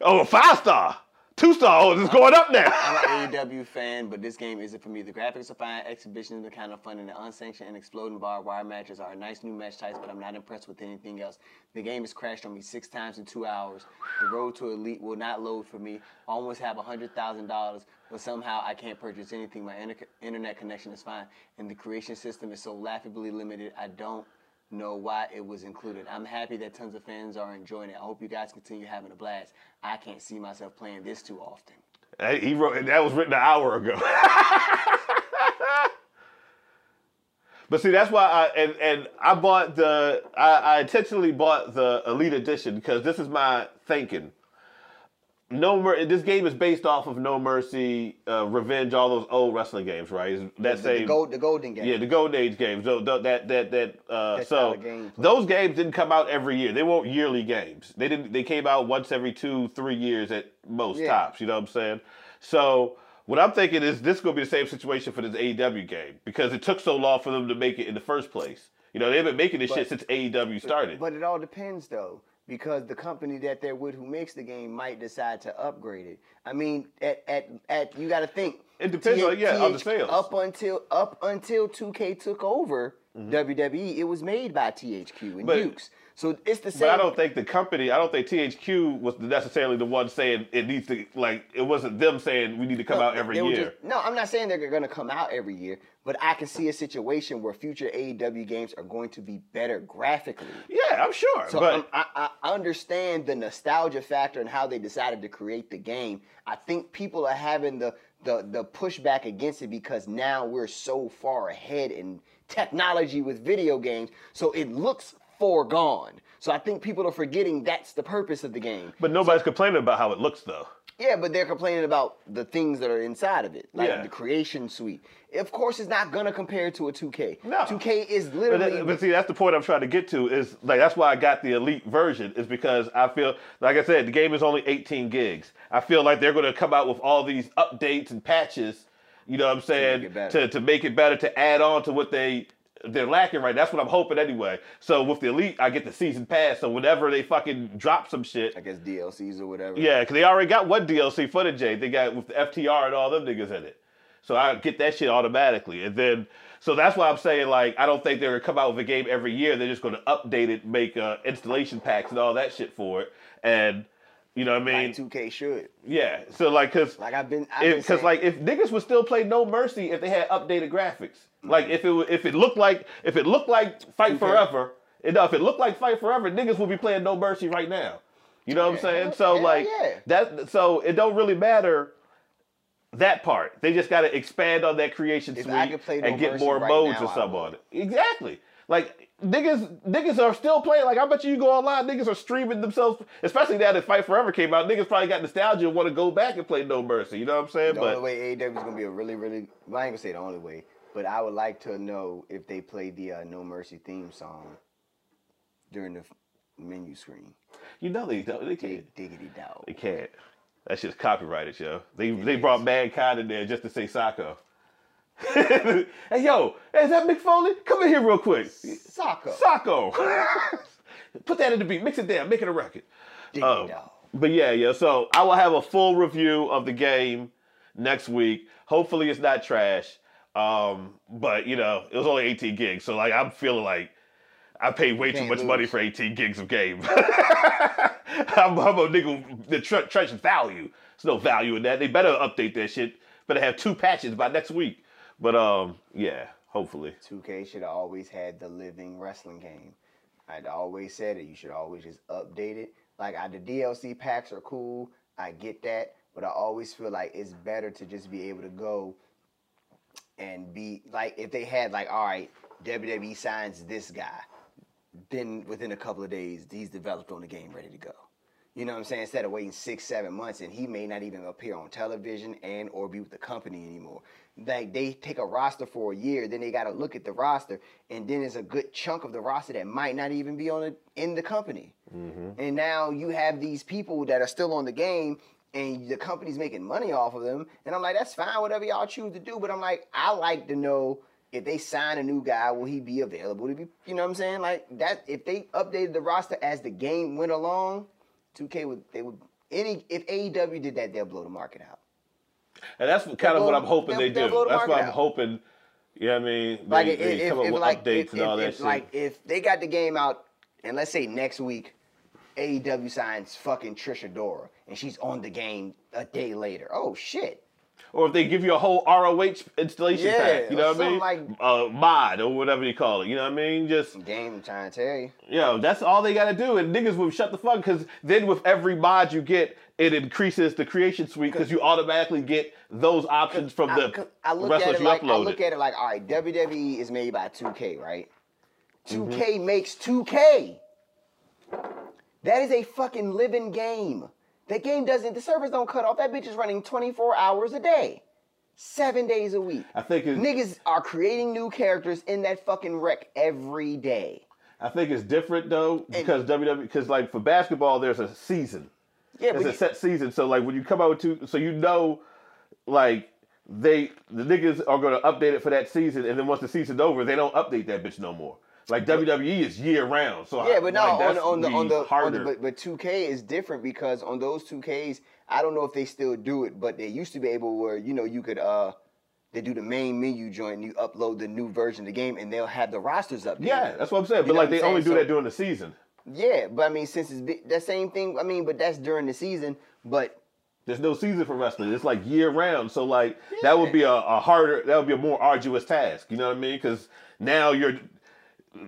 Speaker 2: Oh, five star, two star. Oh, it's going up now.
Speaker 1: I'm an AEW fan, but this game isn't for me. The graphics are fine, exhibitions are kind of fun, and the unsanctioned and exploding barbed wire matches are nice new match types, but I'm not impressed with anything else. The game has crashed on me six times in two hours. The road to Elite will not load for me. I almost have $100,000, but somehow I can't purchase anything. My inter- internet connection is fine, and the creation system is so laughably limited, I don't know why it was included. I'm happy that tons of fans are enjoying it. I hope you guys continue having a blast. I can't see myself playing this too often.
Speaker 2: Hey, He wrote that was written an hour ago. but see, that's why I and and I bought the I, I intentionally bought the Elite Edition because this is my thinking. No Mer- this game is based off of No Mercy, uh, Revenge, all those old wrestling games, right? It's That
Speaker 1: The-
Speaker 2: same
Speaker 1: the, gold, the golden game.
Speaker 2: yeah, the Golden Age games. Tho- tho- that that that. Uh,
Speaker 1: That's
Speaker 2: so
Speaker 1: how the games were.
Speaker 2: those games didn't come out every year. They weren't yearly games. They didn't. They came out once every two, three years at most
Speaker 1: Yeah.
Speaker 2: tops. You know what I'm saying? So what I'm thinking is this is going to be the same situation for this AEW game because it took so long for them to make it in the first place. You know they've been making this shit since AEW started.
Speaker 1: But it all depends though, because the company that they're with who makes the game might decide to upgrade it. I mean, at at, at you got to think.
Speaker 2: It depends on- yeah, on the sales.
Speaker 1: Up until up until 2K took over WWE, it was made by THQ and
Speaker 2: Mm-hmm. But-
Speaker 1: Dukes. So it's the same.
Speaker 2: But I don't think the company, I don't think THQ was necessarily the one saying it needs to, like, it wasn't them saying we need to come out every
Speaker 1: They were
Speaker 2: year.
Speaker 1: just- no, I'm not saying they're going to come out every year, but I can see a situation where future AEW games are going to be better graphically.
Speaker 2: yeah, I'm sure.
Speaker 1: So
Speaker 2: but
Speaker 1: I'm- I, I understand the nostalgia factor and how they decided to create the game. I think people are having the, the the pushback against it because now we're so far ahead in technology with video games, so it looks foregone. So I think people are forgetting that's the purpose of the game.
Speaker 2: But nobody's complaining about how it looks, though.
Speaker 1: Yeah, but they're complaining about the things that are inside of it, like
Speaker 2: Yeah.
Speaker 1: the creation suite. Of course, it's not gonna compare to a 2K.
Speaker 2: No.
Speaker 1: 2K is
Speaker 2: But,
Speaker 1: literally
Speaker 2: that- but see, that's the point I'm trying to get to. Is like that's why I got the elite version. Is because I feel like I said the game is only 18 gigs. I feel like they're going to come out with all these updates and patches. You know what I'm
Speaker 1: make
Speaker 2: saying?
Speaker 1: it better.
Speaker 2: to to make it better, to add on to what they they're lacking right. That's what I'm hoping anyway. So with the elite, I get the season pass. So whenever they fucking drop some shit,
Speaker 1: I guess DLCs or whatever.
Speaker 2: yeah, because they already got one DLC for the J. They got with the FTR and all them niggas in it. So I get that shit automatically. And then, so that's why I'm saying, like, I don't think they're going to come out with a game every year. They're just going to update it, make uh, installation packs and all that shit for it. And, you know what I mean?
Speaker 1: Like 2K should.
Speaker 2: yeah. So, like, because
Speaker 1: Like I've been, I've been
Speaker 2: because
Speaker 1: saying-
Speaker 2: like if niggas would still play No Mercy if they had updated graphics. Like if it wa- if it looked like if it looked like Fight Forever, you know, if it looked like Fight Forever, niggas would be playing No Mercy right now. You know what I'm
Speaker 1: Yeah.
Speaker 2: saying? So
Speaker 1: Hell
Speaker 2: like
Speaker 1: yeah.
Speaker 2: that so it don't really matter that part. They just got to expand on that creation
Speaker 1: If
Speaker 2: suite
Speaker 1: I could play No
Speaker 2: and get
Speaker 1: Mercy
Speaker 2: more
Speaker 1: right
Speaker 2: modes
Speaker 1: now,
Speaker 2: or
Speaker 1: I
Speaker 2: something
Speaker 1: would.
Speaker 2: on it. Exactly. Like niggas, niggas are still playing. Like I bet you, you go online, niggas are streaming themselves. Especially now that Fight Forever came out, niggas probably got nostalgia and want to go back and play No Mercy. You know what I'm saying?
Speaker 1: the only
Speaker 2: but
Speaker 1: way AEW is gonna be a really, really. Well, I ain't gonna say the only way, but I would like to know if they play the uh, No Mercy theme song during the f- menu screen.
Speaker 2: you know they don't. They can't.
Speaker 1: Dig, diggity dog.
Speaker 2: They can't. That shit's copyrighted, yo. They they brought mankind in there just to say Sako. hey yo, is that Mick Foley? Come in here real quick.
Speaker 1: Soccer.
Speaker 2: oh. Sako. Put that in the beat. Mix it down. Make it a record.
Speaker 1: diggity
Speaker 2: Um,
Speaker 1: dog.
Speaker 2: but yeah, yeah. So I will have a full review of the game next week. Hopefully, it's not trash. Um, but you know, it was only 18 gigs, so like I'm feeling like I paid way too
Speaker 1: can't
Speaker 2: much money
Speaker 1: lose.
Speaker 2: for 18 gigs of game. I'm, I'm a nigga the tre- treasure value. There's no value in that. They better update that shit. Better have two patches by next week. But um, yeah, hopefully.
Speaker 1: 2K should have always had the living wrestling game. I'd always said it. You should always just update it. Like I, the DLC packs are cool. I get that, but I always feel like it's better to just be able to go and be like if they had like all right, WWE signs this guy, then within a couple of days he's developed on the game ready to go. You know what I'm saying? Instead of waiting six, seven months, and he may not even appear on television and or be with the company anymore. Like they take a roster for a year, then they got to look at the roster, and then there's a good chunk of the roster that might not even be on the, in the company. And now you have these people that are still on the game, and the company's making money off of them. And I'm like, that's fine, whatever y'all choose to do. But I'm like, I like to know if they sign a new guy, will he be available to be? You know what I'm saying? Like that. If they updated the roster as the game went along. 2K would they would any if AEW did that they'll blow the market out.
Speaker 2: And that's kind of
Speaker 1: blow
Speaker 2: what
Speaker 1: the-
Speaker 2: I'm hoping they,
Speaker 1: they'll- they'll blow
Speaker 2: do.
Speaker 1: the
Speaker 2: That's
Speaker 1: market
Speaker 2: what I'm
Speaker 1: out.
Speaker 2: hoping. You know what I mean? They,
Speaker 1: Like
Speaker 2: they
Speaker 1: if,
Speaker 2: come up
Speaker 1: if, if
Speaker 2: with
Speaker 1: like
Speaker 2: updates
Speaker 1: if,
Speaker 2: and all
Speaker 1: if,
Speaker 2: that
Speaker 1: if,
Speaker 2: shit.
Speaker 1: like if they got the game out and let's say next week AEW signs fucking Trisha Dora and she's on the game a day later. Oh shit.
Speaker 2: or if they give you a whole ROH installation
Speaker 1: Yeah,
Speaker 2: pack, you know
Speaker 1: or
Speaker 2: what I mean?
Speaker 1: something
Speaker 2: uh, mod or whatever you call it, you know what I mean? Just
Speaker 1: Game I'm trying to tell you.
Speaker 2: you know, that's all they gotta do, and niggas will shut the fuck because then with every mod you get, it increases the creation suite because you automatically get those options from
Speaker 1: I,
Speaker 2: the
Speaker 1: I look at
Speaker 2: wrestlers
Speaker 1: it
Speaker 2: you
Speaker 1: like I
Speaker 2: uploaded.
Speaker 1: look at it like all right, WWE is made by 2K, right?
Speaker 2: Mm-hmm.
Speaker 1: 2K makes 2K. That is a fucking living game. That game doesn't the servers don't cut off. That bitch is running 24 hours a day. 7 days a week.
Speaker 2: I think it,
Speaker 1: Niggas are creating new characters in that fucking wreck every day.
Speaker 2: I think it's different though because WWE because like for basketball there's a season.
Speaker 1: Yeah,
Speaker 2: it's
Speaker 1: but
Speaker 2: a set season. So like when you come out with two, so you know, like they the niggas are gonna update it for that season, and then once the season's over, they don't update that bitch no more. Like WWE is year round. So
Speaker 1: Yeah, but no,
Speaker 2: like,
Speaker 1: on,
Speaker 2: that's
Speaker 1: on the on
Speaker 2: be
Speaker 1: the, on the
Speaker 2: harder.
Speaker 1: but, but 2K is different because on those 2Ks, I don't know if they still do it, but they used to be able where you know you could uh they do the main menu joint, and you upload the new version of the game, and they'll have the rosters up. there.
Speaker 2: yeah, that's what I'm saying.
Speaker 1: You
Speaker 2: But
Speaker 1: know
Speaker 2: like
Speaker 1: what I'm
Speaker 2: they only do
Speaker 1: saying?
Speaker 2: that
Speaker 1: So-
Speaker 2: during the season.
Speaker 1: yeah, but I mean since it's bi- that same thing, I mean, but that's during the season, but.
Speaker 2: There's no season for wrestling. It's like year round. So like that would be a, a harder, that would be a more arduous task. You know what I mean? Because now you're,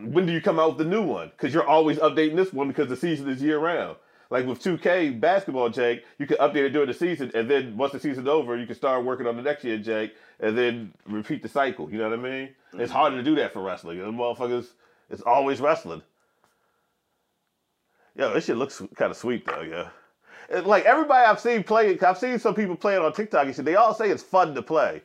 Speaker 2: when do you come out with the new one? Because you're always updating this one because the season is year round. Like with 2K basketball, Jake, you can update it during the season, and then once the season's over, you can start working on the next year, Jake, and then repeat the cycle. You know what I mean? It's harder to do that for wrestling. The motherfuckers, it's always wrestling. Yo, this shit looks kind of sweet though. Yeah. it- Uh, like everybody I've seen play, I've seen some people playing on TikTok and shit. They all say it's fun to play.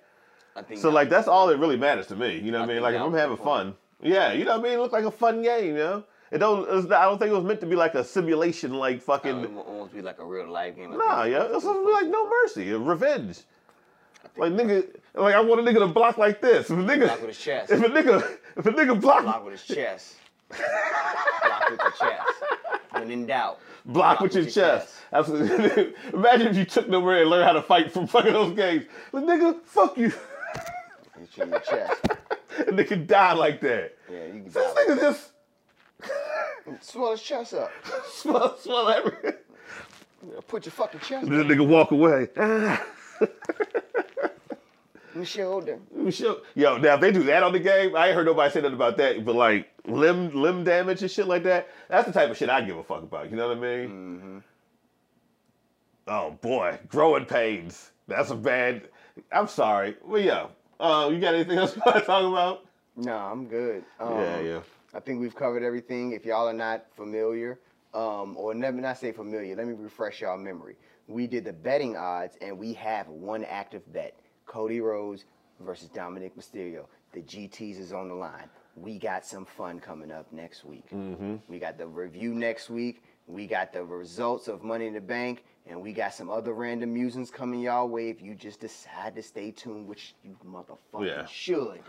Speaker 1: I think
Speaker 2: So
Speaker 1: that
Speaker 2: like
Speaker 1: was-
Speaker 2: that's all that really matters to me. You know
Speaker 1: I
Speaker 2: what I mean?
Speaker 1: think
Speaker 2: Like if
Speaker 1: that
Speaker 2: I'm
Speaker 1: was
Speaker 2: having
Speaker 1: the
Speaker 2: fun,
Speaker 1: point.
Speaker 2: yeah. You know what I mean? It looked like a fun game. You know, it don't. It's not, I don't think it was meant to be like a simulation,
Speaker 1: I
Speaker 2: like
Speaker 1: don't know,
Speaker 2: fucking.
Speaker 1: it won't almost be like a real life game. Um, I
Speaker 2: Nah,
Speaker 1: think
Speaker 2: yeah.
Speaker 1: that's
Speaker 2: It's
Speaker 1: what
Speaker 2: something like no mercy, a revenge. Like nigga, like I want a nigga to block like this. If a nigga,
Speaker 1: Block with his chest.
Speaker 2: if a nigga, if a nigga
Speaker 1: Block
Speaker 2: block, block,
Speaker 1: with his chest. block with your chest. When in doubt.
Speaker 2: with your, chest. Absolutely. Imagine if you took nowhere and learned how to fight from fucking those games. Like, nigga, fuck you.
Speaker 1: Hit you in your chest.
Speaker 2: a nigga die like that.
Speaker 1: Yeah, you can
Speaker 2: So this
Speaker 1: die.
Speaker 2: nigga just
Speaker 1: Swell his chest up.
Speaker 2: swell, swell everything.
Speaker 1: Put your fucking chest
Speaker 2: This
Speaker 1: up.
Speaker 2: nigga walk away.
Speaker 1: Michelle Holden.
Speaker 2: Shit. Yo, now if they do that on the game, I ain't heard nobody say nothing about that. But like limb limb damage and shit like that, that's the type of shit I give a fuck about. You know what I mean?
Speaker 1: Mm-hmm.
Speaker 2: Oh boy, growing pains. That's a bad. I'm sorry. Well, yo, uh, you got anything else you want to talk about?
Speaker 1: No, I'm good. Um,
Speaker 2: yeah, yeah.
Speaker 1: I think we've covered everything. If y'all are not familiar, um, or let me not say familiar, let me refresh y'all memory. We did the betting odds, and we have one active bet: Cody Rhodes versus Dominic Mysterio. The GTS is on the line. We got some fun coming up next week.
Speaker 2: Mm-hmm.
Speaker 1: We got the review next week. We got the results of Money in the Bank, and we got some other random musings coming y'all way. If you just decide to stay tuned, which you motherfucking
Speaker 2: Yeah.
Speaker 1: should.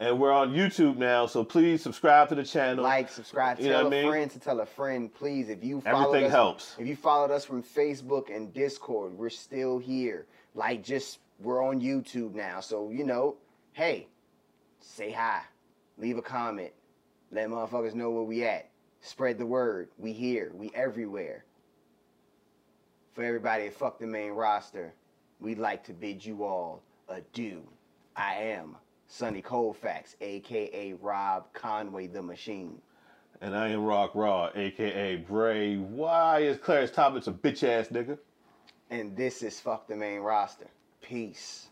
Speaker 2: And we're on YouTube now, so please subscribe to the channel.
Speaker 1: like, subscribe,
Speaker 2: You
Speaker 1: tell
Speaker 2: know
Speaker 1: a
Speaker 2: what I mean?
Speaker 1: friend to tell a friend, please. If you followed
Speaker 2: Everything
Speaker 1: us,
Speaker 2: helps.
Speaker 1: If you followed us from Facebook and Discord, we're still here. Like, just we're on YouTube now, so you know, hey, say hi, leave a comment, let motherfuckers know where we at. Spread the word. We here. We everywhere. For everybody that fucked the main roster, we'd like to bid you all adieu. I am Sonny Colfax, aka Rob Conway the Machine.
Speaker 2: And I am Rock Raw, aka Bray. Why is Clarence Thomas a bitch ass nigga?
Speaker 1: And this is Fuck the Main Roster. Peace.